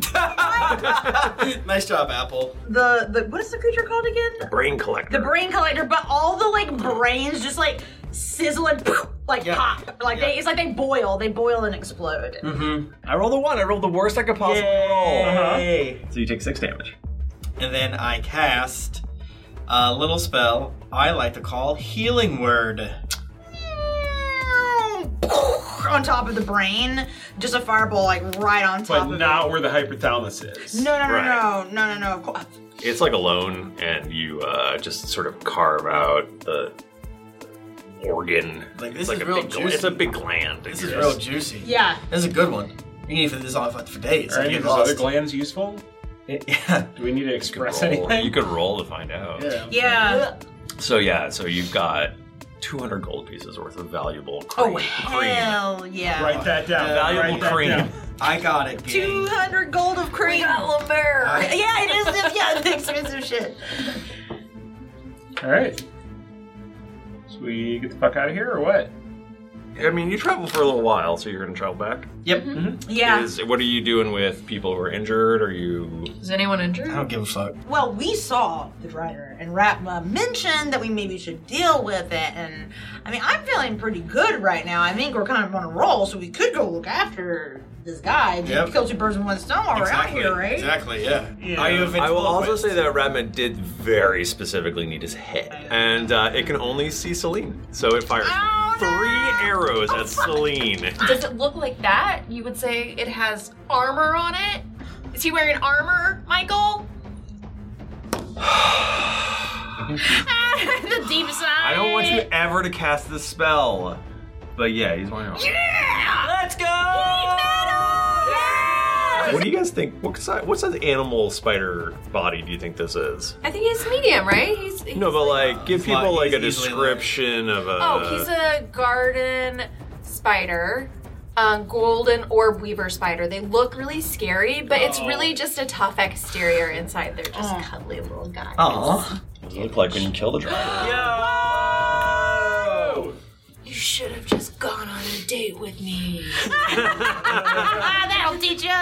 Speaker 2: nice job, Apple.
Speaker 7: The the what is the creature called again?
Speaker 5: Brain collector.
Speaker 7: The brain collector, but all the like brains just like sizzle and like pop. Like they it's like they boil. They boil and explode.
Speaker 2: Mm-hmm.
Speaker 5: I rolled a one. I rolled the worst I could possibly roll.
Speaker 3: Uh-huh.
Speaker 2: Yay.
Speaker 5: So you take six damage.
Speaker 2: And then I cast a little spell I like to call Healing Word.
Speaker 7: on top of the brain. Just a fireball like right on top
Speaker 3: But
Speaker 7: of
Speaker 3: not where the hypothalamus is.
Speaker 7: it. No, no, no,
Speaker 5: Right.
Speaker 7: no, no, no, no. Of course.
Speaker 5: It's like a loan, and you uh, just sort of carve out the organ.
Speaker 2: Like,
Speaker 5: it's
Speaker 2: this
Speaker 5: like
Speaker 2: is
Speaker 5: a
Speaker 2: real
Speaker 5: big gla-
Speaker 2: juicy.
Speaker 5: It's a big gland.
Speaker 2: This is real juicy.
Speaker 7: Yeah.
Speaker 2: This is a good one. You can eat this on for for days.
Speaker 3: Are
Speaker 2: I
Speaker 3: any
Speaker 2: get
Speaker 3: of those
Speaker 2: lost.
Speaker 3: other glands useful?
Speaker 2: Yeah.
Speaker 3: Do we need to express
Speaker 5: Roll.
Speaker 3: anything?
Speaker 5: You could roll to find out.
Speaker 7: Yeah.
Speaker 5: So yeah, so you've got 200 gold pieces worth of valuable cream.
Speaker 7: Oh hell yeah.
Speaker 5: Valuable cream.
Speaker 2: Uh, I got it.
Speaker 7: Two hundred gold of cream. yeah, it is. If, yeah, it's expensive shit.
Speaker 3: All right. So we get the fuck out of here, or what?
Speaker 5: I mean, you travel for a little while, so you're going to travel back.
Speaker 2: Yep.
Speaker 7: Yeah.
Speaker 5: Is, what are you doing with people who are injured? Are you?
Speaker 7: Is anyone injured?
Speaker 2: I don't give a fuck.
Speaker 7: Well, we saw the driver, and Ratma mentioned that we maybe should deal with it. And I mean, I'm feeling pretty good right now. I think we're kind of on a roll, so we could go look after this guy. We
Speaker 5: Yep.
Speaker 7: Kill two birds with one stone while we're
Speaker 2: Exactly.
Speaker 7: out here, right?
Speaker 2: Exactly. Yeah.
Speaker 5: I,
Speaker 2: Are you invincible?
Speaker 5: will also say that Ratman did very specifically need his head, and uh, it can only see Celine, so it fires three arrows
Speaker 1: Oh,
Speaker 5: at Celine.
Speaker 1: Does it look like that? You would say it has armor on it? Is he wearing armor, Michael? Ah, the deep sigh.
Speaker 5: I don't want you ever to cast this spell, but yeah, he's one arrow.
Speaker 1: Yeah!
Speaker 7: Let's go! Yeah!
Speaker 5: What do you guys think? What size, what size animal spider body do you think this is?
Speaker 1: I think he's medium, right? He's, he's
Speaker 5: No, but like, give
Speaker 2: He's
Speaker 5: people
Speaker 2: not-
Speaker 5: like a
Speaker 2: he's easily
Speaker 5: description of a.
Speaker 1: Oh, he's a garden spider, um, golden orb weaver spider. They look really scary, but it's
Speaker 5: Oh.
Speaker 1: really just a tough exterior inside. They're
Speaker 7: Oh.
Speaker 1: just cuddly little guys.
Speaker 5: Aww. What does it look like when you kill the dragon?
Speaker 1: You should have just gone on a date with me.
Speaker 7: That'll teach you.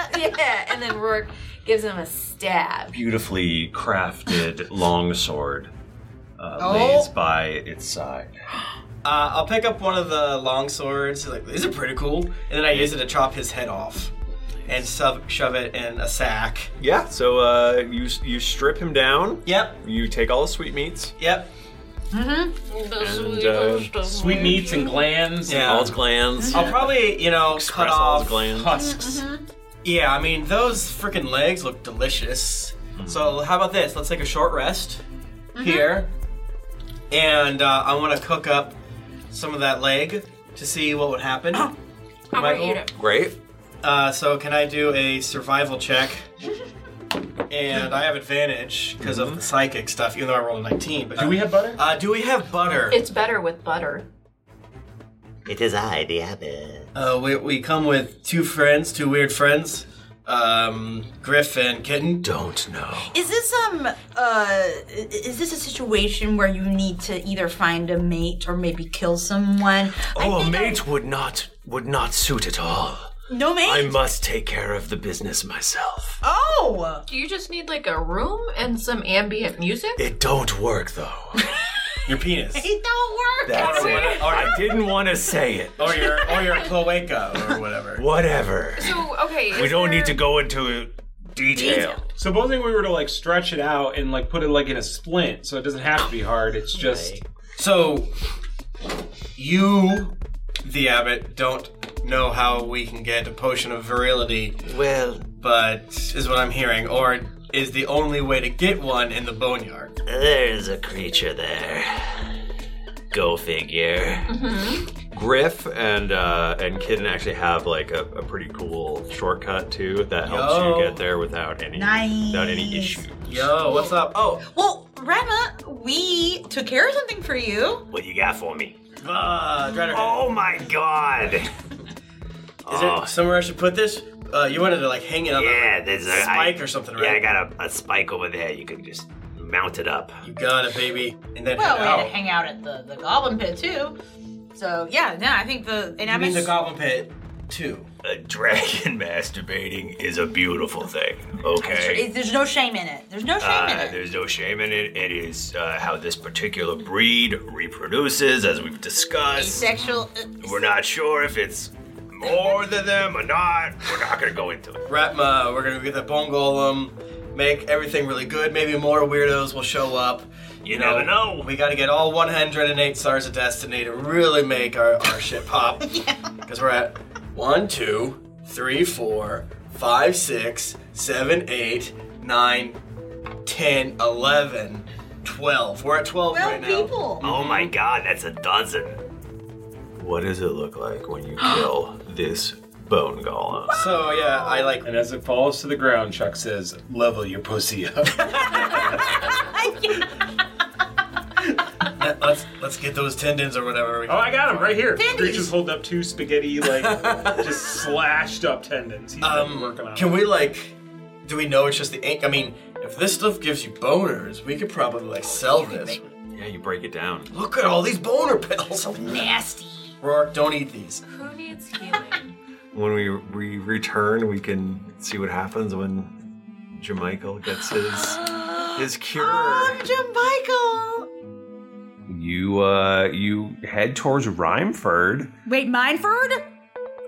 Speaker 1: Yeah, and then Rourke gives him a stab.
Speaker 5: Beautifully crafted long sword uh,
Speaker 2: Oh.
Speaker 5: lays by its side.
Speaker 2: Uh, I'll pick up one of the long swords. Like these are pretty cool, and then I use it to chop his head off, and shove, shove it in a sack.
Speaker 5: Yeah. So uh, you you strip him down.
Speaker 2: Yep.
Speaker 5: You take all the sweetmeats.
Speaker 2: Yep.
Speaker 5: And, uh,
Speaker 3: Sweetmeats and glands.
Speaker 2: Yeah.
Speaker 5: All its glands.
Speaker 2: I'll probably, you know, cut
Speaker 5: all his
Speaker 2: off
Speaker 5: glands.
Speaker 2: husks. Yeah, I mean those freaking legs look delicious.
Speaker 5: Mm-hmm.
Speaker 2: So how about this? Let's take a short rest here, and uh, I want to cook up some of that leg to see what would happen. Michael,
Speaker 5: Great.
Speaker 2: Uh, so can I do a survival check? And I have advantage because
Speaker 5: Mm-hmm.
Speaker 2: of the psychic stuff, even though I rolled a 19. But
Speaker 3: Do we have butter?
Speaker 2: Uh, do we have butter?
Speaker 1: It's better with butter.
Speaker 2: It is I, the abbot. Uh, we, we come with two friends, two weird friends, um, Griff and Kitten.
Speaker 5: Don't know.
Speaker 7: Is this um uh i- is this a situation where you need to either find a mate or maybe kill someone?
Speaker 9: Oh, a mate would not would not suit at all.
Speaker 5: um,
Speaker 7: No mate.
Speaker 9: I must take care of the business myself.
Speaker 7: Oh!
Speaker 1: Do you just need like a room and some ambient music?
Speaker 9: It don't work though.
Speaker 2: Your penis.
Speaker 7: It don't work.
Speaker 9: That's it.
Speaker 2: Or
Speaker 9: I didn't want to say it.
Speaker 2: Or your or your cloaca or whatever.
Speaker 9: Whatever.
Speaker 1: So okay,
Speaker 9: We
Speaker 1: is
Speaker 9: don't
Speaker 1: there-
Speaker 9: need to go into detail.
Speaker 3: Supposing we were to like stretch it out and like put it like in a splint, so it doesn't have to be hard. It's just
Speaker 2: So you the abbot don't know how we can get a potion of virility.
Speaker 9: Well,
Speaker 2: but is what I'm hearing, or is the only way to get one in the boneyard.
Speaker 9: There's a creature there.
Speaker 15: Go figure.
Speaker 16: Mm-hmm.
Speaker 15: Griff and uh, and Kitten actually have like a, a pretty cool shortcut too that helps
Speaker 7: Yo.
Speaker 15: you get there without any
Speaker 7: Nice.
Speaker 15: without any issues. Yo,
Speaker 2: what's up? Oh,
Speaker 7: Well, Ratma, we took care of something for you.
Speaker 15: what you got for me?
Speaker 2: oh
Speaker 15: my god! Is
Speaker 2: there somewhere I should put this? Uh, you wanted to like hang it on
Speaker 9: Oh. Yeah,
Speaker 2: a
Speaker 9: there's a
Speaker 2: spike
Speaker 9: I-
Speaker 2: or something,
Speaker 9: Yeah,
Speaker 2: right?
Speaker 9: I got a, a spike over there. You can just mount it up.
Speaker 2: You got it, baby. And then Oh,
Speaker 7: Well, we had to hang out at the, the Goblin Pit too. So yeah, no, I think the and I
Speaker 2: mean
Speaker 7: mean
Speaker 2: the Goblin Pit too.
Speaker 9: A dragon masturbating is a beautiful thing. Okay.
Speaker 7: It- There's no shame in it. There's no shame in
Speaker 9: Uh,
Speaker 7: it.
Speaker 9: there's no shame in it. It is uh, how this particular breed reproduces, as we've discussed.
Speaker 7: Asexual.
Speaker 9: We're not sure if it's more than them or not. We're not gonna go into it.
Speaker 2: Ratma, we're gonna get the bone golem, make everything really good. Maybe more weirdos will show up.
Speaker 9: You never know.
Speaker 2: We gotta get all 108 stars of destiny to really make our, our shit pop. Because we're at one, two, three, four, five, six, seven, eight, nine, 10, 11, 12. We're at 12, right now. Mm-hmm.
Speaker 7: people.
Speaker 9: Oh my god, that's a dozen.
Speaker 15: What does it look like when you kill this bone golem?
Speaker 2: So yeah, I like.
Speaker 3: And as it falls to the ground, Chuck says, "Level your pussy up."
Speaker 2: Let- Let's let's get those tendons or whatever. We
Speaker 3: Oh, I got him right here. Creature's just holding up two spaghetti, like just slashed up tendons. He's been working on.
Speaker 2: Um, Can we like? Do we know it's just the ink? I mean, if this stuff gives you boners, we could probably like sell this.
Speaker 15: Yeah, you break it down.
Speaker 2: Look at all these boner pills.
Speaker 7: Nasty.
Speaker 2: Rourke, don't eat these.
Speaker 16: Who needs healing?
Speaker 15: When we we return, we can see what happens when Jermichael gets his his cure.
Speaker 7: Oh,
Speaker 15: You uh you
Speaker 5: Head towards Rhymeford.
Speaker 17: Jermichael. Wait, Mineford?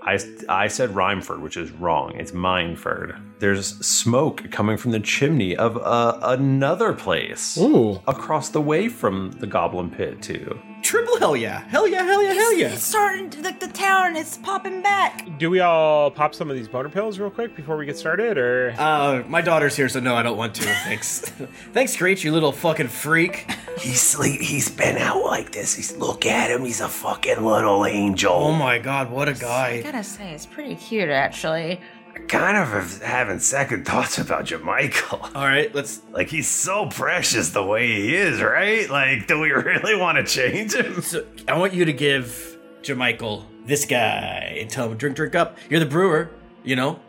Speaker 5: I, I said Rhymeford, which is wrong. It's Mineford. There's smoke coming from the chimney of uh, another place.
Speaker 3: Ooh.
Speaker 5: Across the way from the Goblin Pit, too.
Speaker 18: Triple hell yeah. Hell yeah, hell yeah, hell yeah.
Speaker 17: It's starting to, like the town is popping back.
Speaker 3: Do we all pop some of these boner pills real quick before we get started, or?
Speaker 2: Uh, my daughter's here, so no, I don't want to. Thanks. Thanks, Screech, you little fucking freak.
Speaker 9: He's sleep. He's been out like this. He's look at him. He's a fucking little angel.
Speaker 2: Oh my god, what a
Speaker 17: I
Speaker 2: guy!
Speaker 17: gotta say, it's pretty cute actually.
Speaker 9: Kind of having second thoughts about your Michael.
Speaker 2: All right, let's.
Speaker 9: Like he's so precious the way he is, right? Like, do we really want to change him?
Speaker 2: So, I want you to give Jermichael this guy and tell him drink, drink up. You're the brewer, you know.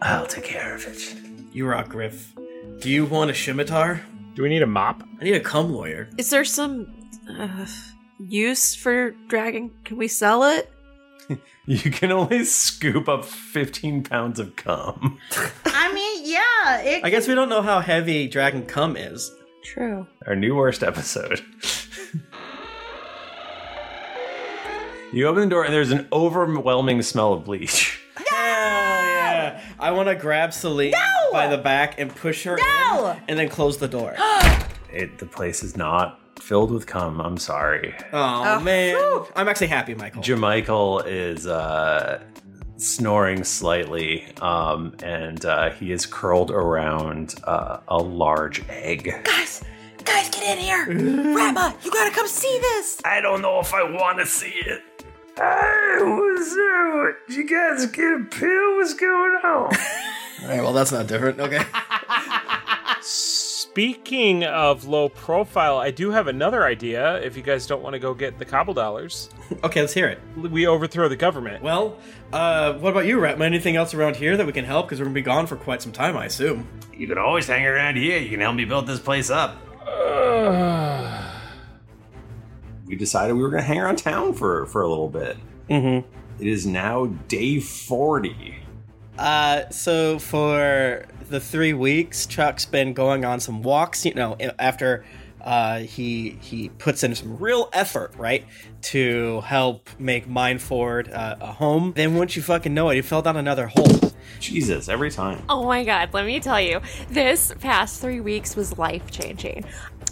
Speaker 9: I'll take care of it.
Speaker 2: You rock, Griff. Do you want a scimitar?
Speaker 3: Do we need a mop?
Speaker 2: I need a cum lawyer.
Speaker 1: Is there some uh, use for dragon? Can we sell it?
Speaker 5: You can only scoop up 15 pounds of cum.
Speaker 7: I mean, yeah. It,
Speaker 2: I guess we don't know how heavy dragon cum is.
Speaker 1: True.
Speaker 5: Our new worst episode. you open the door, and there's an overwhelming smell of bleach.
Speaker 2: Oh, Yeah, I want to grab Celine by the back and push her
Speaker 17: No!
Speaker 2: in, and then close the door.
Speaker 5: It, the place is not filled with cum. I'm sorry.
Speaker 2: Oh, man, I'm actually happy, Michael.
Speaker 5: Jermichael is uh, snoring slightly, um, and uh, he is curled around uh, a large egg.
Speaker 17: Guys, guys, get in here! Rabba, you gotta come see this!
Speaker 9: I don't know if I want to see it. Hey, what's up? You guys get a pill? What's going on?
Speaker 2: All right, well, that's not different. Okay.
Speaker 3: Speaking of low profile, I do have another idea. If you guys don't want to go get the cobble dollars,
Speaker 2: okay, let's hear it.
Speaker 3: We overthrow the government.
Speaker 2: Well, uh, what about you, Ratma? Anything else around here that we can help? Because we're gonna be gone for quite some time, I assume.
Speaker 9: You can always hang around here. You can help me build this place up.
Speaker 5: We decided we were going to hang around town for, for a little bit.
Speaker 2: Mm-hmm.
Speaker 5: It is now day 40.
Speaker 2: Uh, so for the three weeks, Chuck's been going on some walks. You know, after uh, he he puts in some real effort, right, to help make Mindford uh, a home. Then once you fucking know it, he fell down another hole.
Speaker 5: Jesus, every time.
Speaker 1: Oh my god, let me tell you, this past three weeks was life changing.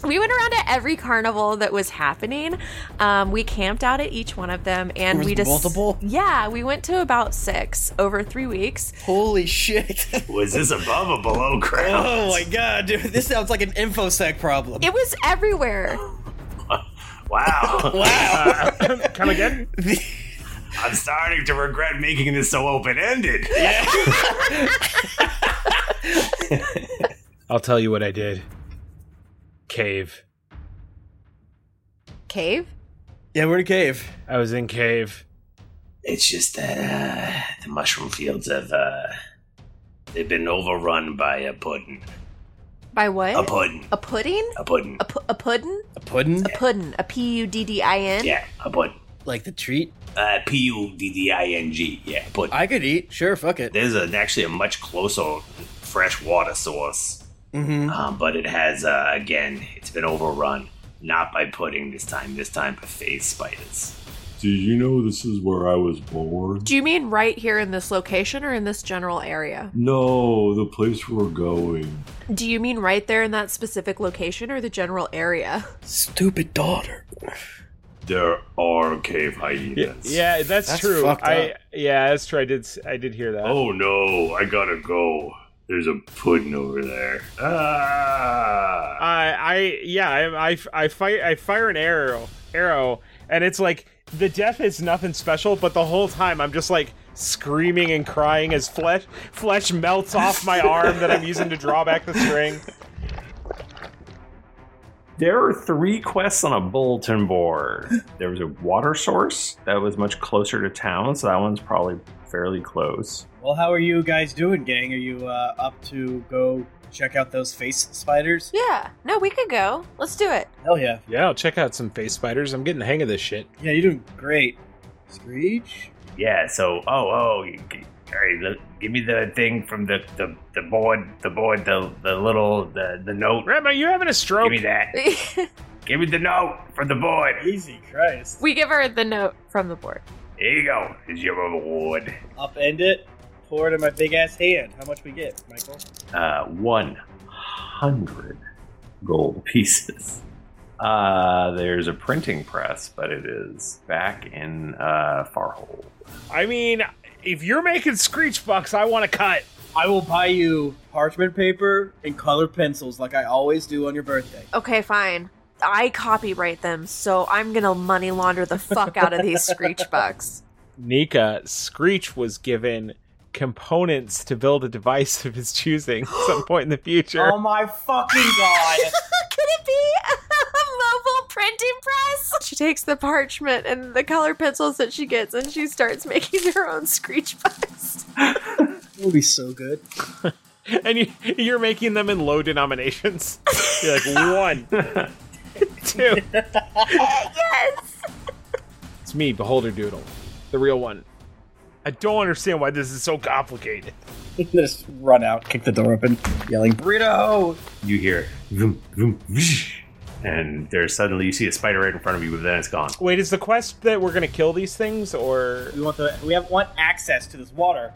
Speaker 1: we went around to every carnival that was happening. Um, we camped out at each one of them, and
Speaker 6: There was
Speaker 1: we just
Speaker 6: multiple?
Speaker 1: Yeah, we went to about six over three weeks.
Speaker 6: Holy shit!
Speaker 9: Was this above or below ground?
Speaker 6: Oh my god, dude! This sounds like an infosec problem.
Speaker 1: It was everywhere.
Speaker 9: Wow. wow.
Speaker 3: Come again?
Speaker 9: I'm starting to regret making this so open ended.
Speaker 3: I'll tell you what I did. Cave.
Speaker 1: Cave?
Speaker 3: Yeah, we're in cave. I was in cave.
Speaker 9: It's just that uh, the mushroom fields have uh, they've been overrun by a puddin.
Speaker 1: By what?
Speaker 9: A puddin.
Speaker 1: A pudding?
Speaker 9: A puddin.
Speaker 1: A, pu- a puddin?
Speaker 9: A puddin?
Speaker 1: A puddin. A P U D D I N?
Speaker 9: Yeah, a puddin.
Speaker 6: Like the treat?
Speaker 9: Uh, P U D D I N G. Yeah, puddin.
Speaker 6: I could eat. Sure, fuck it.
Speaker 9: There's a, actually a much closer fresh water source,
Speaker 6: Mm-hmm.
Speaker 9: um, but it has uh, again, it's been overrun. Not by pudding this time. This time by phase spiders.
Speaker 19: Do you know this is where I was born?
Speaker 1: Do you mean right here in this location or in this general area?
Speaker 19: No, the place we're going.
Speaker 1: Do you mean right there in that specific location or the general area?
Speaker 19: Stupid daughter. There are cave hyenas.
Speaker 3: Yeah, that's, true. I yeah, that's true. I did s- I did hear that.
Speaker 19: Oh no, I gotta go. There's a pudding over there. Ah.
Speaker 3: I I yeah, I I, I fire I fire an arrow arrow, and it's like the death is nothing special, but the whole time I'm just like screaming and crying as flesh flesh melts off my arm that I'm using to draw back the string.
Speaker 5: There are three quests on a bulletin board. There was a water source that was much closer to town, so that one's probably fairly close.
Speaker 2: Well, how are you guys doing, gang? Are you uh, up to go check out those face spiders?
Speaker 1: Yeah. No, we could go. Let's do it.
Speaker 2: Hell yeah.
Speaker 3: Yeah, I'll check out some face spiders. I'm getting the hang of this shit.
Speaker 2: Yeah, you're doing great. Screech?
Speaker 9: Yeah. So, oh, oh, you, g- all right. Look, give me the thing from the the, the board, the board, the the little the the note.
Speaker 3: Grandma, you having a stroke?
Speaker 9: Give me that. give me the note from the board.
Speaker 2: Easy, Christ.
Speaker 1: We give her the note from the board.
Speaker 9: Here you go. Is your reward.
Speaker 2: Upend it, pour it in my big ass hand. How much we get, Michael?
Speaker 5: Uh, one hundred gold pieces. Uh, there's a printing press, but it is back in uh, Farhold.
Speaker 3: I mean, if you're making screech bucks, I want to cut.
Speaker 2: I will buy you parchment paper and colored pencils like I always do on your birthday.
Speaker 1: Okay, fine. I copyright them, so I'm gonna money launder the fuck out of these screech bucks.
Speaker 3: Nika Screech was given components to build a device of his choosing at some point in the future.
Speaker 2: Oh my fucking god.
Speaker 1: Could it be a mobile printing press? She takes the parchment and the color pencils that she gets and she starts making her own screech bucks.
Speaker 2: It would be so good.
Speaker 3: and you, you're making them in low denominations. You're like one, two.
Speaker 1: yes.
Speaker 3: It's me, Beholder Doodle, the real one. I don't understand why this is so complicated.
Speaker 2: Just run out, kick the door open, yelling, Burrito!
Speaker 5: You hear vroom, vroom, whoosh, and there's suddenly you see a spider right in front of you, but then it's gone.
Speaker 3: Wait, is the quest that we're gonna kill these things, or
Speaker 2: we want the we have want access to this water,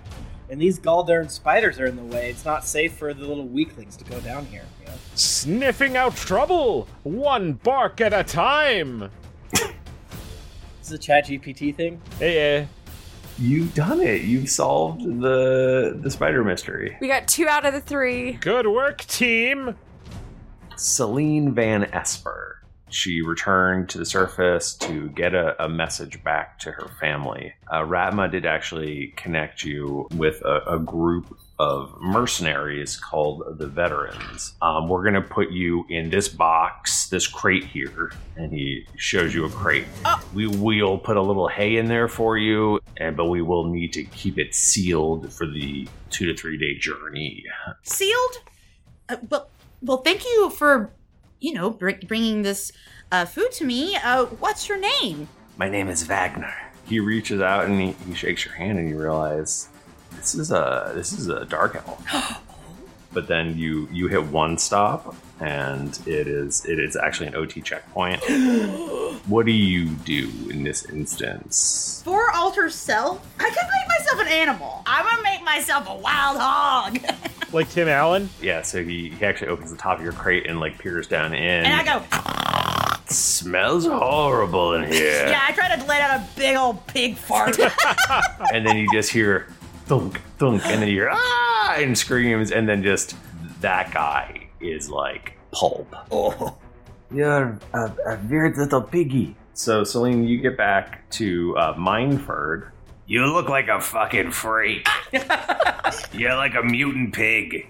Speaker 2: and these goldarn spiders are in the way. It's not safe for the little weaklings to go down here. You know?
Speaker 3: sniffing out trouble one bark at a time?
Speaker 2: This is a Chat GPT thing.
Speaker 3: Yeah.
Speaker 5: You've done it. You've solved the the spider mystery.
Speaker 1: We got two out of the three.
Speaker 3: Good work, team.
Speaker 5: Celine Van Esper. She returned to the surface to get a, a message back to her family. Uh, Ratma did actually connect you with a, a group of mercenaries called the Veterans. Um, we're going to put you in this box, this crate here, and he shows you a crate. We will put a little hay in there for you, and but we will need to keep it sealed for the two to three day journey.
Speaker 4: sealed. Uh, well, well, thank you for, you know, br- bringing this uh, food to me. Uh, what's your name?
Speaker 5: My name is Wagner. He reaches out and he, he shakes your hand, and you realize this is a this is a dark elf. but then you you hit one stop, and it is it is actually an OT checkpoint. what do you do in this instance?
Speaker 7: For alter self, I could make myself an animal. I'm gonna make myself a wild hog.
Speaker 3: Like Tim Allen?
Speaker 5: Yeah, so he, he actually opens the top of your crate and like peers down in.
Speaker 7: And I go,
Speaker 5: Smells horrible in here.
Speaker 7: yeah, I tried to let out a big old pig fart.
Speaker 5: and then you just hear thunk thunk, and then you hear ah and screams, and then just that guy is like pulp.
Speaker 9: Oh, you're a, a weird little piggy.
Speaker 5: So Celine, you get back to uh, Mineford.
Speaker 9: You look like a fucking freak. You're like a mutant pig.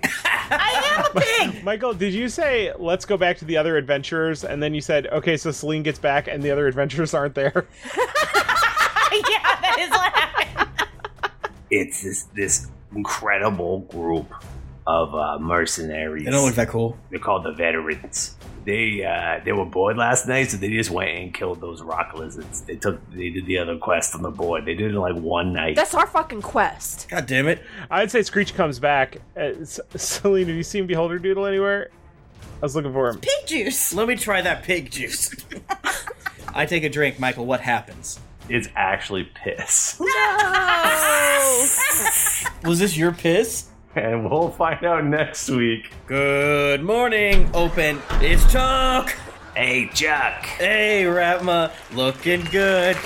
Speaker 3: Michael, did you say let's go back to the other adventurers? And then you said, okay, so Celine gets back and the other adventurers aren't there.
Speaker 7: yeah, that is what
Speaker 9: It's this this incredible group of uh, mercenaries.
Speaker 5: They don't look
Speaker 2: that cool.
Speaker 9: They're called the veterans. They uh, they were bored last night, so they just went and killed those rock lizards. They took they did the other quest on the board. They did it in like one night.
Speaker 1: That's our fucking quest.
Speaker 2: God damn it.
Speaker 3: I'd say Screech comes back. Uh, S- Celine, have you seen Beholder Doodle anywhere? I was looking for him.
Speaker 7: Pig juice.
Speaker 2: Let me try that pig juice. I take a drink, Michael. What happens?
Speaker 5: It's actually piss.
Speaker 2: Was this your piss?
Speaker 5: And we'll find out next week.
Speaker 2: Good morning. Open. It's Chuck.
Speaker 9: Hey, Chuck.
Speaker 2: Hey, Ratma. Looking good.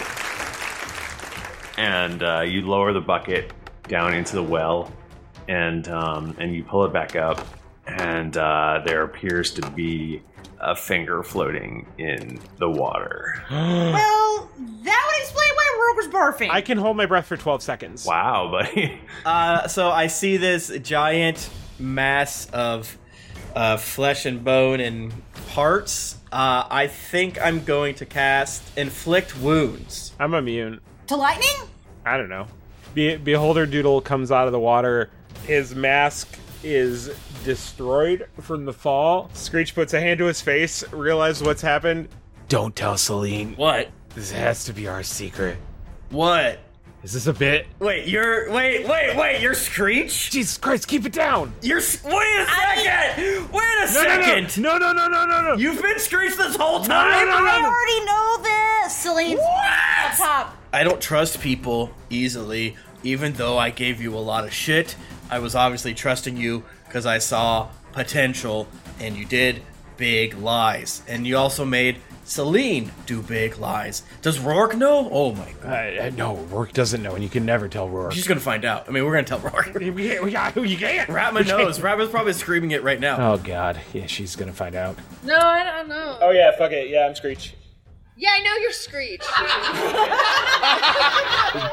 Speaker 5: and uh, you lower the bucket down into the well, and um, and you pull it back up, and uh, there appears to be a finger floating in the water.
Speaker 7: well, that would explain why Rogue was barfing.
Speaker 3: I can hold my breath for 12 seconds.
Speaker 5: Wow, buddy.
Speaker 2: Uh, so I see this giant mass of uh, flesh and bone and parts. Uh, I think I'm going to cast inflict wounds.
Speaker 3: I'm immune.
Speaker 4: To lightning?
Speaker 3: I don't know. Be- Beholder Doodle comes out of the water. His mask is destroyed from the fall. Screech puts a hand to his face, realizes what's happened.
Speaker 20: Don't tell Celine.
Speaker 2: What?
Speaker 20: This has to be our secret.
Speaker 2: What?
Speaker 20: Is this a bit?
Speaker 2: Wait, you're wait, wait, wait, you're Screech?
Speaker 20: Jesus Christ, keep it down!
Speaker 2: You're s- wait a second! Wait
Speaker 20: No, no, no.
Speaker 2: a second!
Speaker 3: No, no, no, no, no, no!
Speaker 2: You've been Screech this whole time.
Speaker 7: I already know this. Celine's up top.
Speaker 2: I don't trust people easily, even though I gave you a lot of shit. I was obviously trusting you because I saw potential, and you did big lies. And you also made Celine do big lies. Does Rourke know? Oh my god.
Speaker 20: Uh, no, Rourke doesn't know, and you can never tell Rourke.
Speaker 2: She's gonna find out. I mean, we're gonna tell Rourke.
Speaker 20: we, you can't.
Speaker 2: Ratma knows. Ratma's probably screaming it right now.
Speaker 20: Oh god, yeah, she's gonna find out.
Speaker 21: No, I don't know.
Speaker 3: Oh yeah, fuck it. Yeah, I'm Screech.
Speaker 21: Yeah, I know you're Screech.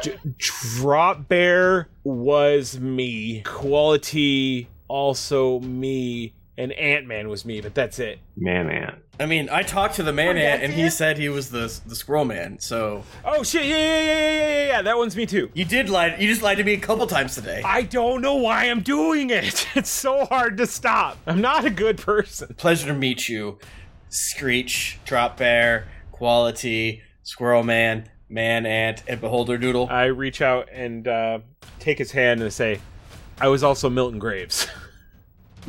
Speaker 3: D- Drop Bear was me. Quality also me. And Ant Man was me, but that's it.
Speaker 5: Man, man.
Speaker 2: I mean, I talked to the man ant, and he said he was the the squirrel man. So
Speaker 3: Oh shit! Yeah, yeah, yeah, yeah, yeah, yeah, yeah. That one's me too.
Speaker 2: You did lie. You just lied to me a couple times today.
Speaker 3: I don't know why I'm doing it. It's so hard to stop. I'm not a good person.
Speaker 2: Pleasure to meet you, Screech, Drop Bear, Quality, Squirrel Man, Man Ant, and Beholder Doodle.
Speaker 3: I reach out and uh, take his hand and say, "I was also Milton Graves."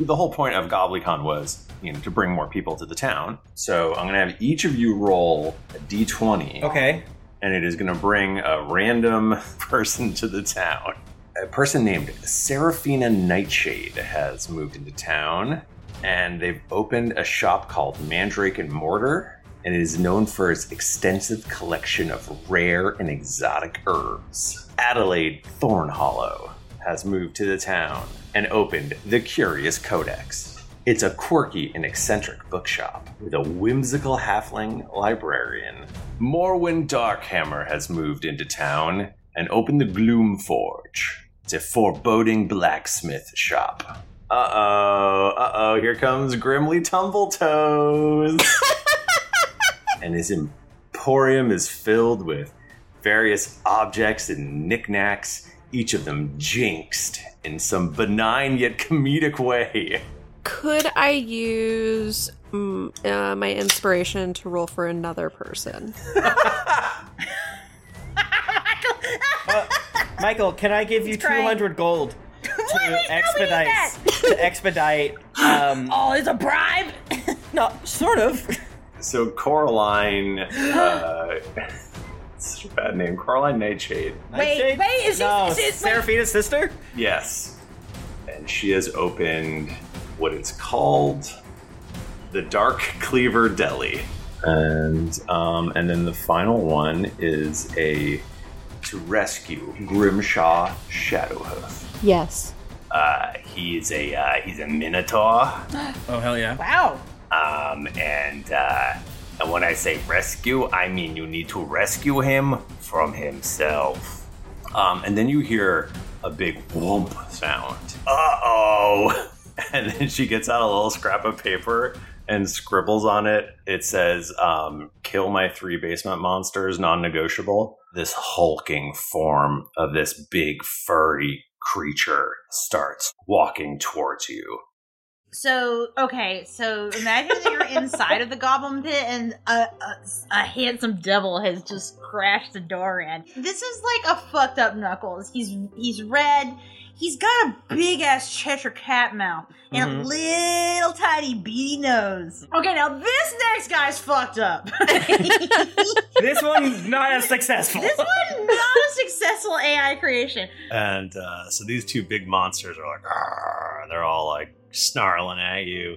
Speaker 5: The whole point of GobblyCon was, you know, to bring more people to the town. So I'm gonna have each of you roll a d20.
Speaker 2: Okay.
Speaker 5: And it is gonna bring a random person to the town. A person named Seraphina Nightshade has moved into town, and they've opened a shop called Mandrake and Mortar, and it is known for its extensive collection of rare and exotic herbs. Adelaide Thorn Hollow has moved to the town and opened the Curious Codex. It's a quirky and eccentric bookshop with a whimsical halfling librarian. Morwen Darkhammer has moved into town and opened the Gloom Forge. It's a foreboding blacksmith shop. Uh oh, uh oh, here comes Grimly Tumbletoes! and his emporium is filled with various objects and knickknacks, each of them jinxed in some benign yet comedic way.
Speaker 1: Could I use mm, uh, my inspiration to roll for another person?
Speaker 2: Michael, can I give you two
Speaker 1: crying.
Speaker 2: hundred gold to expedite to expedite? Um,
Speaker 7: oh, it's a bribe.
Speaker 2: no, sort of.
Speaker 5: So Coraline, uh, such a bad name, Coraline Nightshade.
Speaker 7: Wait, wait, is
Speaker 2: no,
Speaker 7: she- is- wait.
Speaker 2: Seraphina's sister?
Speaker 5: Yes, and
Speaker 22: She has opened what it's called the Dark Cleaver Deli. And um, and then the final one is a to rescue Grimshaw Shadowhoof.
Speaker 23: Yes.
Speaker 5: Uh, he is a uh, he's a minotaur.
Speaker 2: Oh hell yeah!
Speaker 7: Wow.
Speaker 5: Um, and uh, and when I say rescue, I mean you need to rescue him from himself. Um, and then you hear a big whoomp sound. Uh oh! And then she gets out a little scrap of paper and scribbles on it. It says, um, "Kill my three basement monsters, non-negotiable." This hulking form of this big furry creature starts walking towards you.
Speaker 7: So okay, so imagine that you're inside of the goblin pit and a, a, a handsome devil has just crashed the door in. This is like a fucked up knuckles. He's he's red. He's got a big ass Cheshire cat mouth and
Speaker 2: Mhm.
Speaker 7: a little tiny beady nose. Okay, now this next guy's fucked up.
Speaker 2: this one not as successful.
Speaker 7: this one not a successful AI creation.
Speaker 5: And uh, so these two big monsters are like, "Arr," and they're all like snarling at you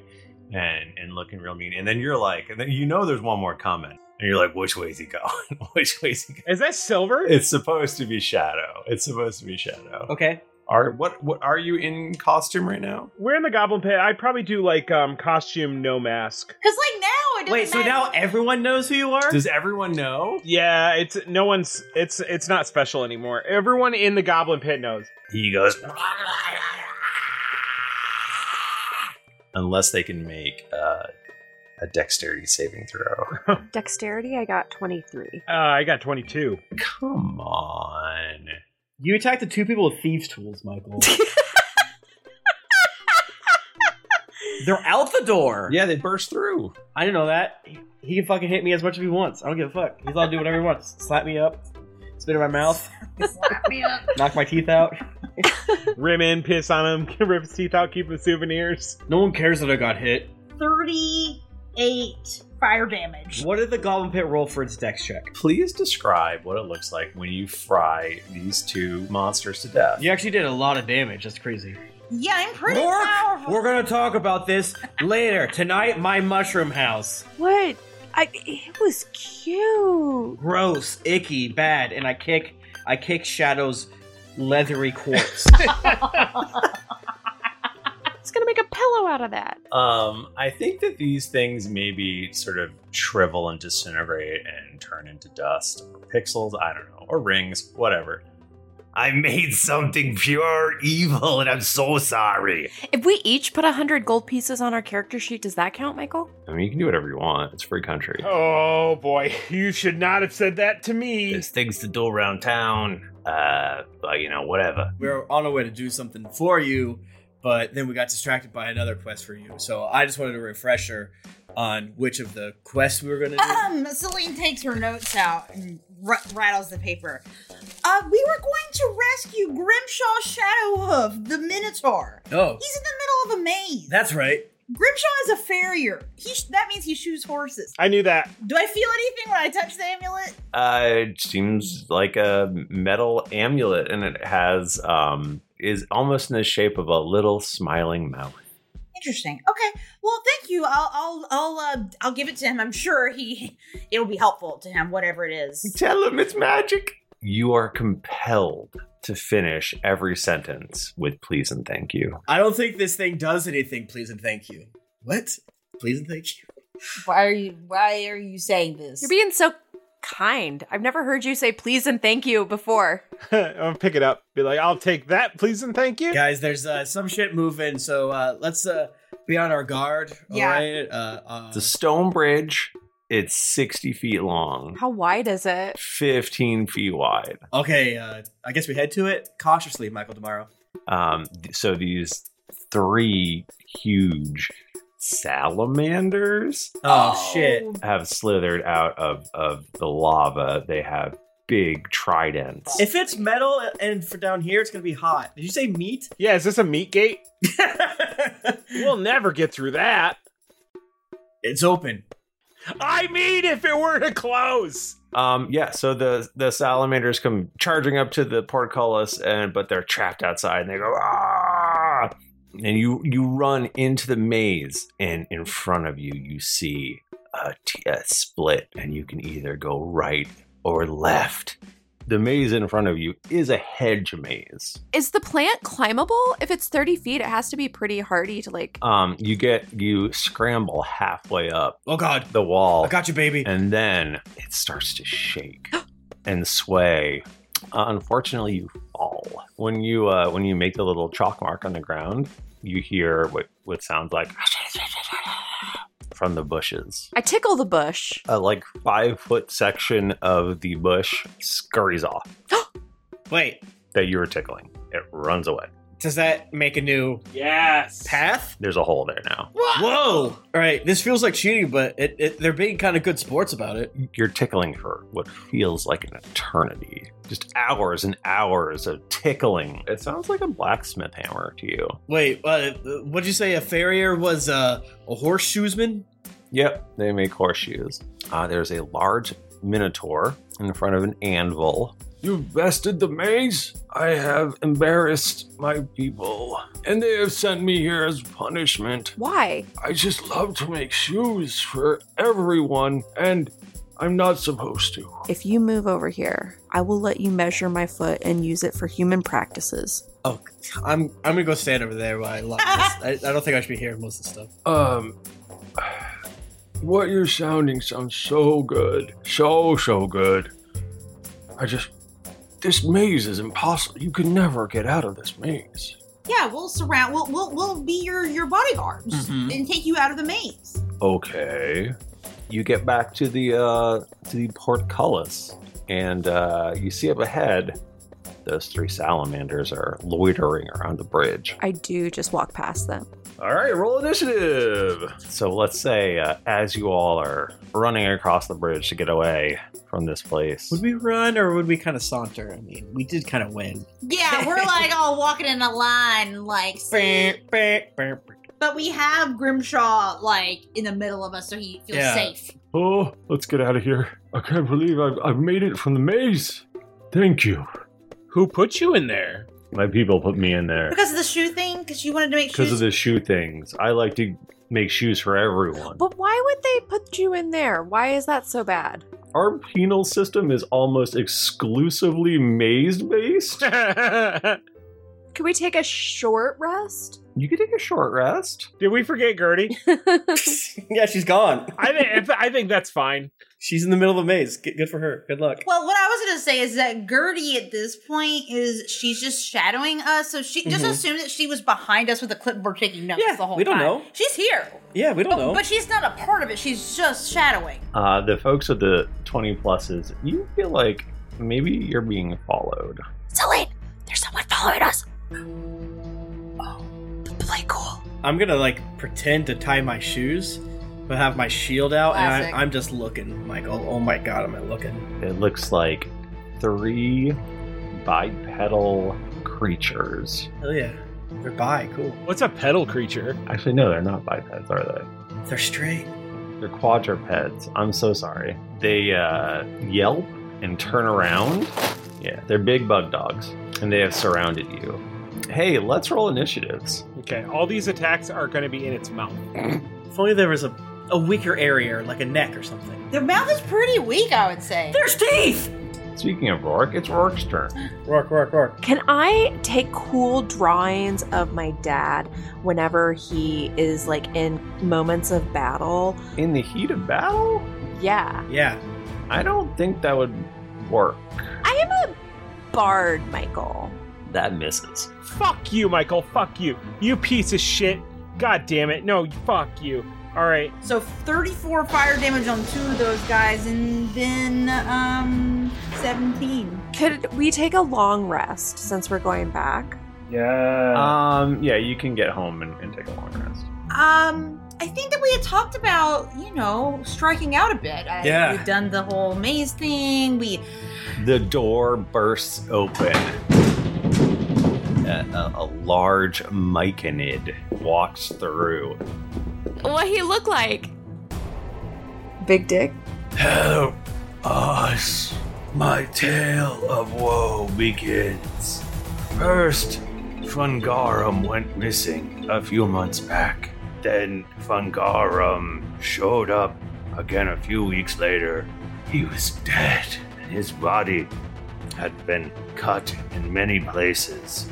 Speaker 5: and, and looking real mean. And then you're like, and then you know there's one more coming. And you're like, which way's he going? which way's he going?
Speaker 3: Is that silver?
Speaker 5: It's supposed to be Shadow. It's supposed to be Shadow.
Speaker 2: Okay.
Speaker 22: Are what what are you in costume right now?
Speaker 3: We're in the goblin pit. I probably do like um costume, no mask.
Speaker 7: Because like now it doesn't
Speaker 2: Wait, so
Speaker 7: matter.
Speaker 2: now everyone knows who you are?
Speaker 3: Does
Speaker 22: everyone know?
Speaker 3: Yeah, it's no one's. It's it's not special anymore. Everyone in the goblin pit knows.
Speaker 5: He goes, unless they can make uh, a dexterity saving throw.
Speaker 24: Dexterity, I got 23.
Speaker 3: Uh, I got twenty two.
Speaker 5: Come on.
Speaker 2: You attacked the two people with thieves' tools, Michael. They're out the door.
Speaker 22: Yeah, they burst through.
Speaker 2: I didn't know that. He, he can fucking hit me as much as he wants. I don't give a fuck. He's allowed to do whatever he wants. Slap me up, spit in my mouth, knock my teeth out.
Speaker 3: Rim in, piss on him, rip his teeth out, keep him souvenirs.
Speaker 2: No one cares that I got hit.
Speaker 7: Thirty-eight fire damage.
Speaker 2: What did the goblin pit roll for its dex check?
Speaker 5: Please describe what it looks like when you fry these two monsters to death.
Speaker 2: You actually did a lot of damage. That's crazy.
Speaker 7: Yeah, I'm pretty
Speaker 2: Mork!
Speaker 7: powerful.
Speaker 2: We're gonna talk about this later tonight. My mushroom house.
Speaker 24: What? I, it was cute.
Speaker 2: Gross, icky, bad, and I kick. I kick Shadow's leathery corpse.
Speaker 24: It's gonna make a pillow out of that.
Speaker 5: Um, I think that these things maybe sort of shrivel and disintegrate and turn into dust or pixels, I don't know, or rings, whatever. I made something pure evil and I'm so sorry.
Speaker 1: If we each put 100 gold pieces on our character sheet, does that count, Michael?
Speaker 5: I mean, you can do whatever you want. It's free country.
Speaker 3: Oh boy, you should not have said that to me.
Speaker 5: There's things to do around town. Uh, but you know, whatever.
Speaker 2: we were on our way to do something for you, but then we got distracted by another quest for you. So I just wanted a refresher on which of the quests we were going to do.
Speaker 7: Um, Celine takes her notes out and r- rattles the paper. Uh, we were going to rescue Grimshaw Shadowhoof, the Minotaur.
Speaker 2: Oh.
Speaker 7: He's in the middle of a maze.
Speaker 2: That's right.
Speaker 7: Grimshaw is a farrier. He sh- that means he shoes horses.
Speaker 3: I knew that.
Speaker 7: Do I feel anything when I touch the amulet?
Speaker 22: Uh, it seems like a metal amulet, and it has um is almost in the shape of a little smiling mouth.
Speaker 7: Interesting. Okay. Well, thank you. I'll I'll I'll uh, I'll give it to him. I'm sure he it'll be helpful to him, whatever it is.
Speaker 22: Tell him it's magic.
Speaker 5: You are compelled to finish every sentence with please and thank you.
Speaker 2: I don't think this thing does anything, please and thank you. What? Please and thank you.
Speaker 25: Why are you why are you saying this?
Speaker 1: You're being so kind. I've never heard you say please and thank you before.
Speaker 3: I'm gonna pick it up. Be like, I'll take that, please and thank you.
Speaker 2: Guys, there's uh, some shit moving, so uh, let's uh, be on our guard.
Speaker 1: Yeah.
Speaker 2: All right. Uh, uh,
Speaker 22: The stone bridge. It's sixty feet long,
Speaker 1: How wide is it?
Speaker 22: fifteen feet wide.
Speaker 2: okay, uh, I guess we head to it cautiously, Michael Tomorrow.
Speaker 22: Um, th- so these three huge salamanders.
Speaker 2: Oh, shit!
Speaker 22: Have slithered out of of the lava. They have big tridents.
Speaker 2: If it's metal and for down here, it's gonna be hot. Did you say meat?
Speaker 3: Yeah, is this a meat gate? we'll never get through that.
Speaker 2: It's open.
Speaker 3: I mean, if it were to close.
Speaker 22: Um, yeah, so the the salamanders come charging up to the portcullis, and but they're trapped outside, and they go ah,
Speaker 5: and you you run into the maze and in front of you you see a, t- a split and you can either go right or left the maze in front of you is a hedge maze
Speaker 1: Is the plant climbable? If it's 30 feet, it has to be pretty hardy to like.
Speaker 5: um you get you scramble halfway up oh god the wall i got you baby and then it starts to shake and sway uh, unfortunately you fall when you uh when you make the little chalk mark on the ground you hear what what sounds like from the bushes
Speaker 1: I tickle the bush.
Speaker 5: a like five foot section of the bush scurries off
Speaker 2: Wait,
Speaker 5: that you were tickling it runs away
Speaker 2: does that make a new yes path?
Speaker 5: there's a hole there now
Speaker 2: Whoa! All right, this feels like cheating, but it, it, they're being kind of good sports about it.
Speaker 5: you're tickling for what feels like an eternity just hours and hours of tickling it sounds like a blacksmith hammer to you
Speaker 2: Wait, uh, what'd you say? A farrier was uh, a horseshoesman?
Speaker 5: Yep, they make horseshoes. Uh, there's a large minotaur in front of an anvil.
Speaker 15: You bested the maze? I have embarrassed my people, and they have sent me here as punishment.
Speaker 1: Why?
Speaker 15: I just love to make shoes for everyone, and I'm not supposed to.
Speaker 1: If you move over here, I will let you measure my foot and use it for human practices.
Speaker 2: Oh, I'm I'm gonna go stand over there while I lock this. I, I don't think I should be hearing most of the stuff.
Speaker 15: Um, what you're sounding sounds so good. So, so good. I just. This maze is impossible. You can never get out of this maze.
Speaker 7: Yeah, we'll surround. We'll we'll, we'll be your your bodyguards
Speaker 3: Mm-hmm.
Speaker 5: Mhm.
Speaker 7: and take you out of the maze.
Speaker 5: Okay. You get back to the uh, to the portcullis, and uh, you see up ahead. Those three salamanders are loitering around the bridge.
Speaker 1: I do just walk past them.
Speaker 5: All right, roll initiative. So let's say uh, as you all are running across the bridge to get away from this place,
Speaker 2: Would we run or would we kind of saunter? I mean, we did kind of win.
Speaker 7: Yeah, we're like all walking in a line, like. see? But we have Grimshaw like in the middle of us, so he feels
Speaker 15: Yeah.
Speaker 7: safe.
Speaker 15: Oh, let's get out of here. I can't believe I've, I've made it from the maze. Thank you. Who put you in there?
Speaker 5: my people put me in there.
Speaker 7: Because of the shoe thing, because you wanted to make
Speaker 5: because
Speaker 7: shoes.
Speaker 5: of the shoe things. I like to make shoes for everyone.
Speaker 1: But why would they put you in there? Why is that so bad?
Speaker 5: Our penal system is almost exclusively maze based.
Speaker 1: Can we take a short rest?
Speaker 5: you could take a short rest.
Speaker 3: Did we forget Gertie?
Speaker 2: yeah, she's gone.
Speaker 3: I, th- I think that's fine.
Speaker 2: She's in the middle of the maze. Good good for her. Good luck.
Speaker 7: Well, what I was gonna say is that Gertie at this point is she's just shadowing us, so she just
Speaker 2: Mhm.
Speaker 7: assume that she was behind us with a clipboard taking notes the whole
Speaker 2: we don't
Speaker 7: time.
Speaker 2: know.
Speaker 7: She's here.
Speaker 2: Yeah, we don't
Speaker 7: but,
Speaker 2: know.
Speaker 7: But she's not a part of it. She's just shadowing.
Speaker 5: Uh, the folks with the 20 pluses, you feel like maybe you're being followed.
Speaker 14: Celine, there's someone following us.
Speaker 2: Play cool. I'm gonna like pretend to tie my shoes, but have my shield out,
Speaker 5: Classic.
Speaker 2: and I, I'm just looking. Like, oh, oh my god, am I looking?
Speaker 5: It looks like three bipedal creatures.
Speaker 2: Oh yeah, they're bi. Cool.
Speaker 3: What's a pedal creature?
Speaker 5: Actually, no, they're not bipeds, are they?
Speaker 2: They're straight.
Speaker 5: They're quadrupeds. I'm so sorry. They uh, yelp and turn around. Yeah, they're big bug dogs, and they have surrounded you. Hey, let's roll initiatives.
Speaker 3: Okay, all these attacks are going to be in its mouth.
Speaker 2: If only there was a a weaker area, or like a neck or something.
Speaker 7: Their mouth is pretty weak, I would say.
Speaker 2: There's teeth.
Speaker 5: Speaking of Rourke, it's Rourke's turn.
Speaker 2: Rourke, Rourke, Rourke.
Speaker 1: Can I take cool drawings of my dad whenever he is like in moments of battle?
Speaker 5: In the heat of battle?
Speaker 1: Yeah.
Speaker 2: Yeah.
Speaker 5: I don't think that would work.
Speaker 1: I am a bard, Michael.
Speaker 5: That misses.
Speaker 3: Fuck you, Michael. Fuck you. You piece of shit. God damn it. No, fuck you. All right.
Speaker 7: So 34 fire damage on two of those guys, and then um 17.
Speaker 1: Could we take a long rest since we're going back?
Speaker 5: Yeah. Um. Yeah, you can get home and, and take a long rest.
Speaker 7: Um, I think that we had talked about you know striking out a bit. I,
Speaker 5: Yeah.
Speaker 7: we've done the whole maze thing. We
Speaker 5: The door bursts open. A, a, a large myconid walks through.
Speaker 21: What he look like?
Speaker 1: Big dick.
Speaker 15: Help us. My tale of woe begins. First,
Speaker 9: Fungarum went missing a few months back. Then Fungarum showed up again a few weeks later. He was dead, and his body had been cut in many places.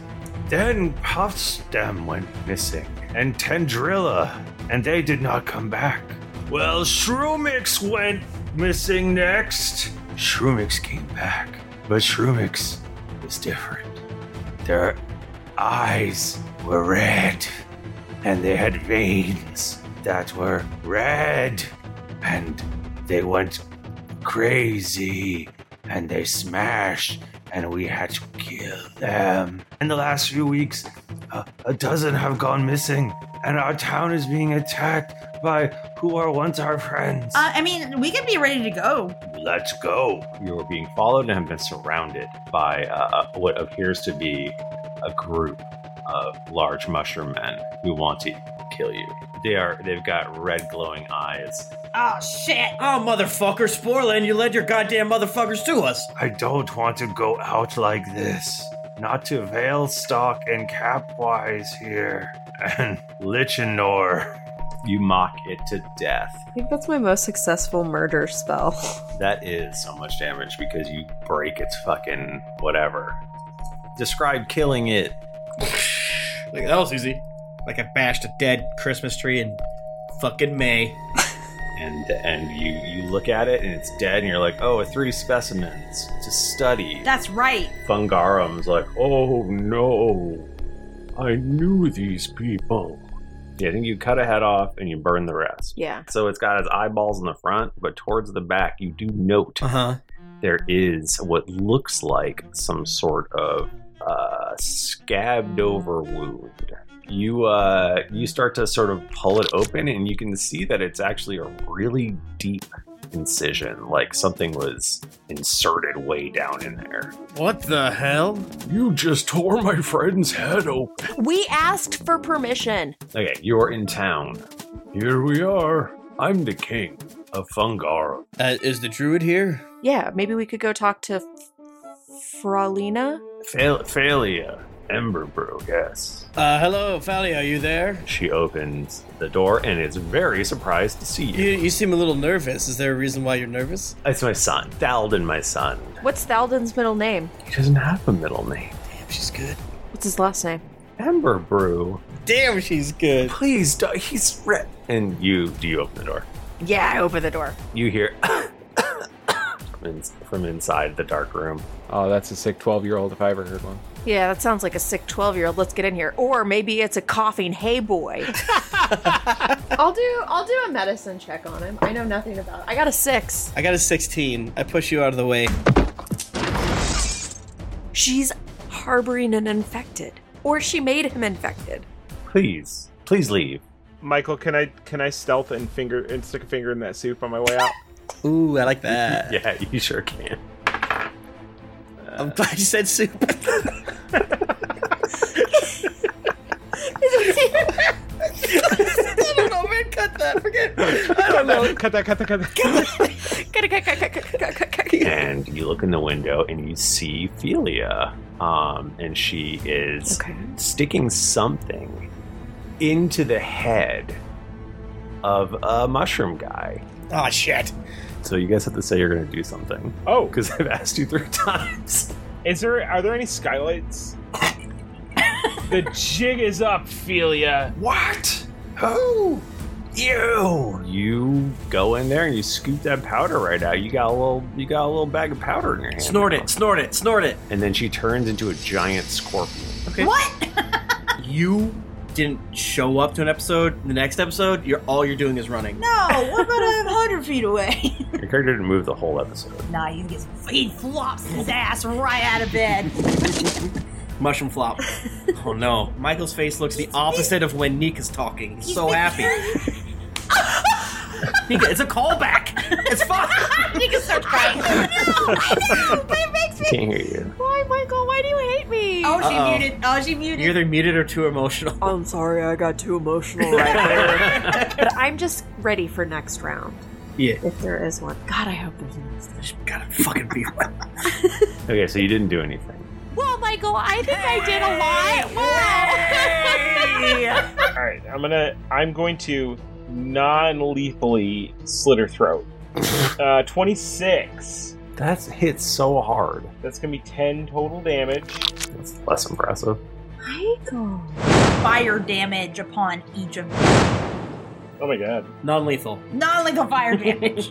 Speaker 9: Then Puffstem went missing, and Tendrilla, and they did not come back. Well, Shroomix went missing next. Shroomix came back, but Shroomix was different. Their eyes were red, and they had veins that were red, and they went crazy, and they smashed, and we had to kill them. In the last few weeks, a, a dozen have gone missing, and our town is being attacked by who were once our friends.
Speaker 7: Uh, I mean, we could be ready to go.
Speaker 9: Let's go.
Speaker 5: You are being followed and have been surrounded by uh, what appears to be a group of large mushroom men who want to kill you. They are they've got red glowing eyes.
Speaker 7: Oh, shit.
Speaker 2: Oh, motherfucker, Sporland, you led your goddamn motherfuckers to us.
Speaker 9: I don't want to go out like this. Not to Veilstock and Capwise here. And Lichinor.
Speaker 5: You mock it to death.
Speaker 26: I think that's my most successful murder spell.
Speaker 5: That is so much damage because you break its fucking whatever. Describe killing it.
Speaker 2: Like, that was easy. Like I bashed a dead Christmas tree in fucking May.
Speaker 5: and and you you look at it and it's dead and you're like, oh, a three specimens to study.
Speaker 27: That's right.
Speaker 5: Fungarum's like, oh no,
Speaker 15: I knew these people.
Speaker 5: Yeah, I think you cut a head off and you burn the rest.
Speaker 26: Yeah.
Speaker 5: So it's got its eyeballs in the front, but towards the back, you do note
Speaker 2: Uh-huh.
Speaker 5: there is what looks like some sort of uh, scabbed over wound. You uh, you start to sort of pull it open, and you can see that it's actually a really deep incision, like something was inserted way down in there.
Speaker 2: What the hell?
Speaker 15: You just tore my friend's head open.
Speaker 1: We asked for permission.
Speaker 5: Okay, you're in town.
Speaker 15: Here we are. I'm the king of Fungar.
Speaker 2: Uh, is the druid here?
Speaker 1: Yeah, maybe we could go talk to F- Frolina.
Speaker 5: Fail- Phalia, Emberbrew, yes.
Speaker 2: Uh, hello, Fally, are you there?
Speaker 5: She opens the door and is very surprised to see you.
Speaker 2: You, you seem a little nervous. Is there a reason why you're nervous?
Speaker 5: It's my son, Thalden, my son.
Speaker 1: What's Thalden's middle name?
Speaker 5: He doesn't have a middle name.
Speaker 2: She's good.
Speaker 1: What's his last name?
Speaker 5: Ember Brew.
Speaker 2: Damn, she's good.
Speaker 5: Please, do- he's red. And you, do you open the door?
Speaker 1: Yeah, I open the door.
Speaker 5: You hear in- from inside the dark room.
Speaker 28: Oh, that's a sick 12 year old if I ever heard one.
Speaker 1: Yeah, that sounds like a sick 12 year old. Let's get in here. Or maybe it's a coughing hay boy.
Speaker 26: I'll do I'll do a medicine check on him. I know nothing about it. I got a six.
Speaker 2: I got a 16. I push you out of the way.
Speaker 1: She's harboring an infected. Or she made him infected.
Speaker 5: Please, please leave.
Speaker 3: Michael, can I can I stealth and finger and stick a finger in that soup on my way out?
Speaker 2: Ooh, I like that.
Speaker 5: yeah, you sure can.
Speaker 2: I'm glad you said soup.
Speaker 29: I
Speaker 2: don't
Speaker 26: Oh
Speaker 2: know, man. Cut that. Forget. I
Speaker 3: don't know. Cut that. Cut that. Cut
Speaker 1: that.
Speaker 5: and you look in the window and you see Felia. Um, and she is sticking something into the head of a mushroom guy.
Speaker 2: Oh, shit.
Speaker 5: So you guys have to say you're going to do something.
Speaker 3: Oh.
Speaker 5: Because I've asked you three times.
Speaker 3: Is there are there any skylights? the jig is up, Felia.
Speaker 5: What? Who? You. You go in there and you scoop that powder right out. You got a little. You got a little bag of powder in your hand.
Speaker 2: Snort it, snort it, snort it.
Speaker 5: And then she turns into a giant scorpion.
Speaker 2: Okay. What? you didn't show up to an episode. The next episode, you're all you're doing is running.
Speaker 7: No, we're about a hundred feet away.
Speaker 5: Your character didn't move the whole episode.
Speaker 7: nah, you gets he flops his ass right out of bed.
Speaker 2: Mushroom flop. oh no. Michael's face looks the opposite of when Nika's talking. He's so happy. Nika, it's a callback. It's fun.
Speaker 29: Nika starts crying.
Speaker 5: I can't hear you.
Speaker 1: Why, Michael? Why do you hate me?
Speaker 7: Oh, she
Speaker 2: Uh-oh.
Speaker 7: muted. Oh, she muted.
Speaker 2: You're either muted or too emotional.
Speaker 1: I'm sorry, I got too emotional right there. but I'm just ready for next round.
Speaker 2: Yeah.
Speaker 1: If there is one. God, I hope there's one.
Speaker 2: Gotta fucking be one.
Speaker 5: Okay, so you didn't do anything.
Speaker 1: Well, my
Speaker 15: Eagle. I think I did a lot. Wow.
Speaker 3: All right, I'm gonna I'm going to non-lethally slit her throat. Uh, 26.
Speaker 5: That hits so hard.
Speaker 3: That's gonna be 10 total damage.
Speaker 5: That's less impressive.
Speaker 7: Michael. Fire damage upon each of
Speaker 3: Oh my god.
Speaker 2: Non-lethal.
Speaker 7: Non-lethal fire damage.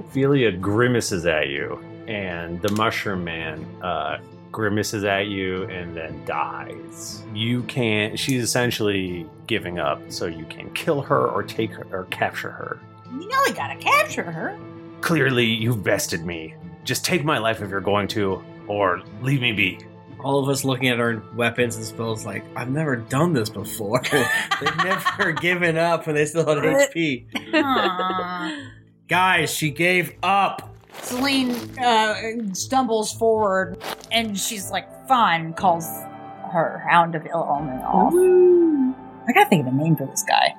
Speaker 5: Ophelia grimaces at you, and the mushroom man uh, grimaces at you and then dies. You can't. She's essentially giving up, so you can kill her or take her or capture her.
Speaker 7: you know we gotta capture her.
Speaker 5: Clearly, you've bested me. Just take my life if you're going to, or leave me be.
Speaker 2: All of us looking at our weapons and spells like, I've never done this before. They've never given up and they still had HP. Guys, she gave up.
Speaker 7: Celine uh, stumbles forward and she's like, fine, calls her Hound of Ill Omen off. I gotta think of a name for this guy.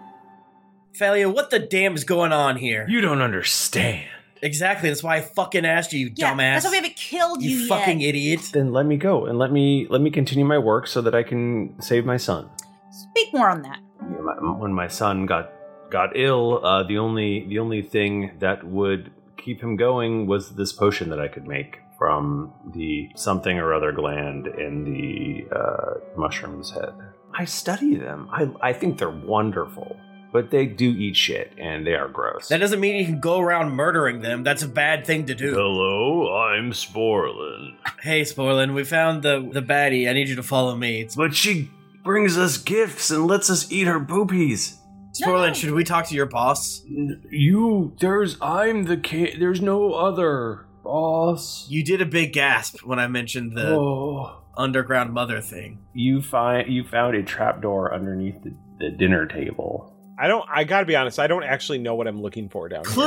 Speaker 2: Failure, what the damn is going on here?
Speaker 5: You don't understand.
Speaker 2: Exactly, that's why I fucking asked you, you
Speaker 7: Yeah,
Speaker 2: dumbass.
Speaker 7: that's why we haven't killed you,
Speaker 2: You
Speaker 7: yet.
Speaker 2: fucking idiot.
Speaker 5: Then let me go and let me let me continue my work so that I can save my son.
Speaker 7: Speak more on that.
Speaker 5: Yeah, my, when my son got got ill, uh, the only the only thing that would keep him going was this potion that I could make from the something or other gland in the uh, mushroom's head. I study them. I I think they're wonderful, but they do eat shit and they are gross.
Speaker 2: That doesn't mean you can go around murdering them. That's a bad thing to do.
Speaker 30: Hello, I'm Sporlin.
Speaker 2: Hey, Sporlin, we found the the baddie. I need you to follow me.
Speaker 5: But she brings us gifts and lets us eat her boobies.
Speaker 2: Sporlin, should we talk to your boss?
Speaker 31: You, there's, I'm the kid. There's no other boss.
Speaker 2: You did a big gasp when I mentioned the
Speaker 31: Oh.
Speaker 2: underground mother thing.
Speaker 5: You find you found a trapdoor underneath the, the dinner table.
Speaker 3: I don't. I gotta be honest. I don't actually know what I'm looking for down
Speaker 2: clues.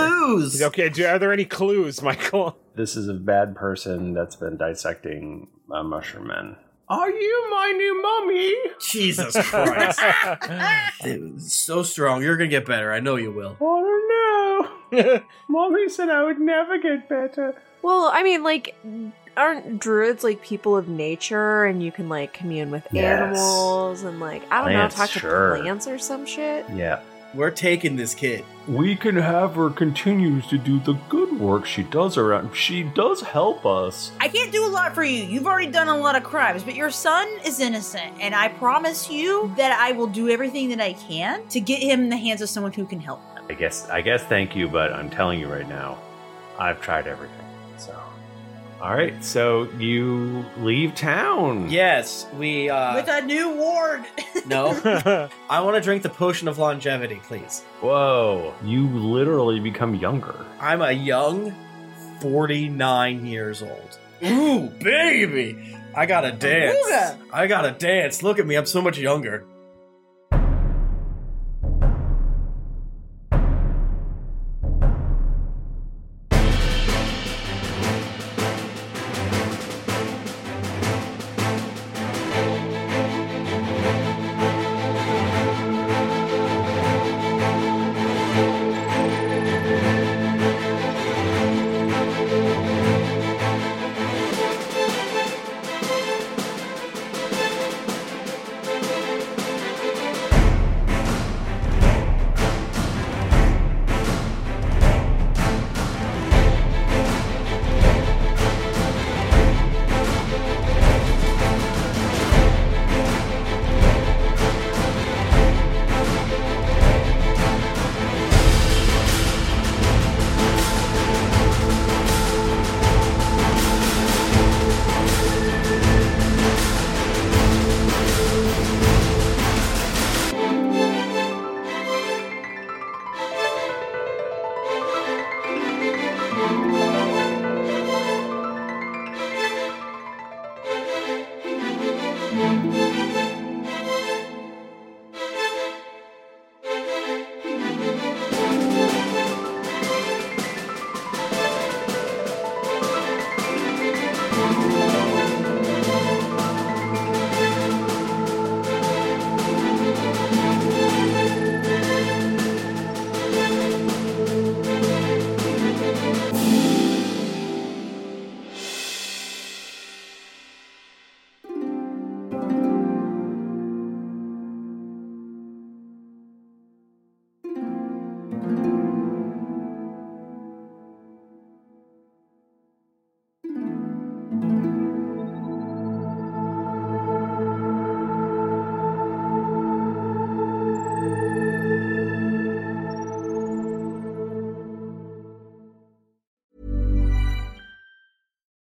Speaker 3: here. Clues. Okay. Do, are there any clues, Michael?
Speaker 5: This is a bad person that's been dissecting uh, mushroom men.
Speaker 31: Are you my new mummy?
Speaker 2: Jesus Christ. It was so strong. You're going to get better. I know you will.
Speaker 31: Oh
Speaker 3: no!
Speaker 31: Mommy said I would never get better.
Speaker 1: Well, I mean, like, aren't druids like people of nature and you can like commune with
Speaker 2: Yes.
Speaker 1: animals and like, I don't
Speaker 2: Plants,
Speaker 1: know, talk
Speaker 2: sure.
Speaker 1: to plants or some shit?
Speaker 5: Yeah.
Speaker 2: We're taking this kid.
Speaker 31: We can have her continues to do the good work she does around. She does help us.
Speaker 7: I can't do a lot for you. You've already done a lot of crimes, but your son is innocent, and I promise you that I will do everything that I can to get him in the hands of someone who can help.
Speaker 5: I guess I guess thank you, but I'm telling you right now, I've tried everything. So all right, so you leave town.
Speaker 2: Yes, we. uh
Speaker 7: With a new ward.
Speaker 2: No. I want to drink the potion of longevity, please.
Speaker 5: Whoa, you literally become younger.
Speaker 2: I'm a young 49 years old. Ooh, baby! I gotta dance.
Speaker 7: Ooga.
Speaker 2: I gotta dance. Look at me, I'm so much younger.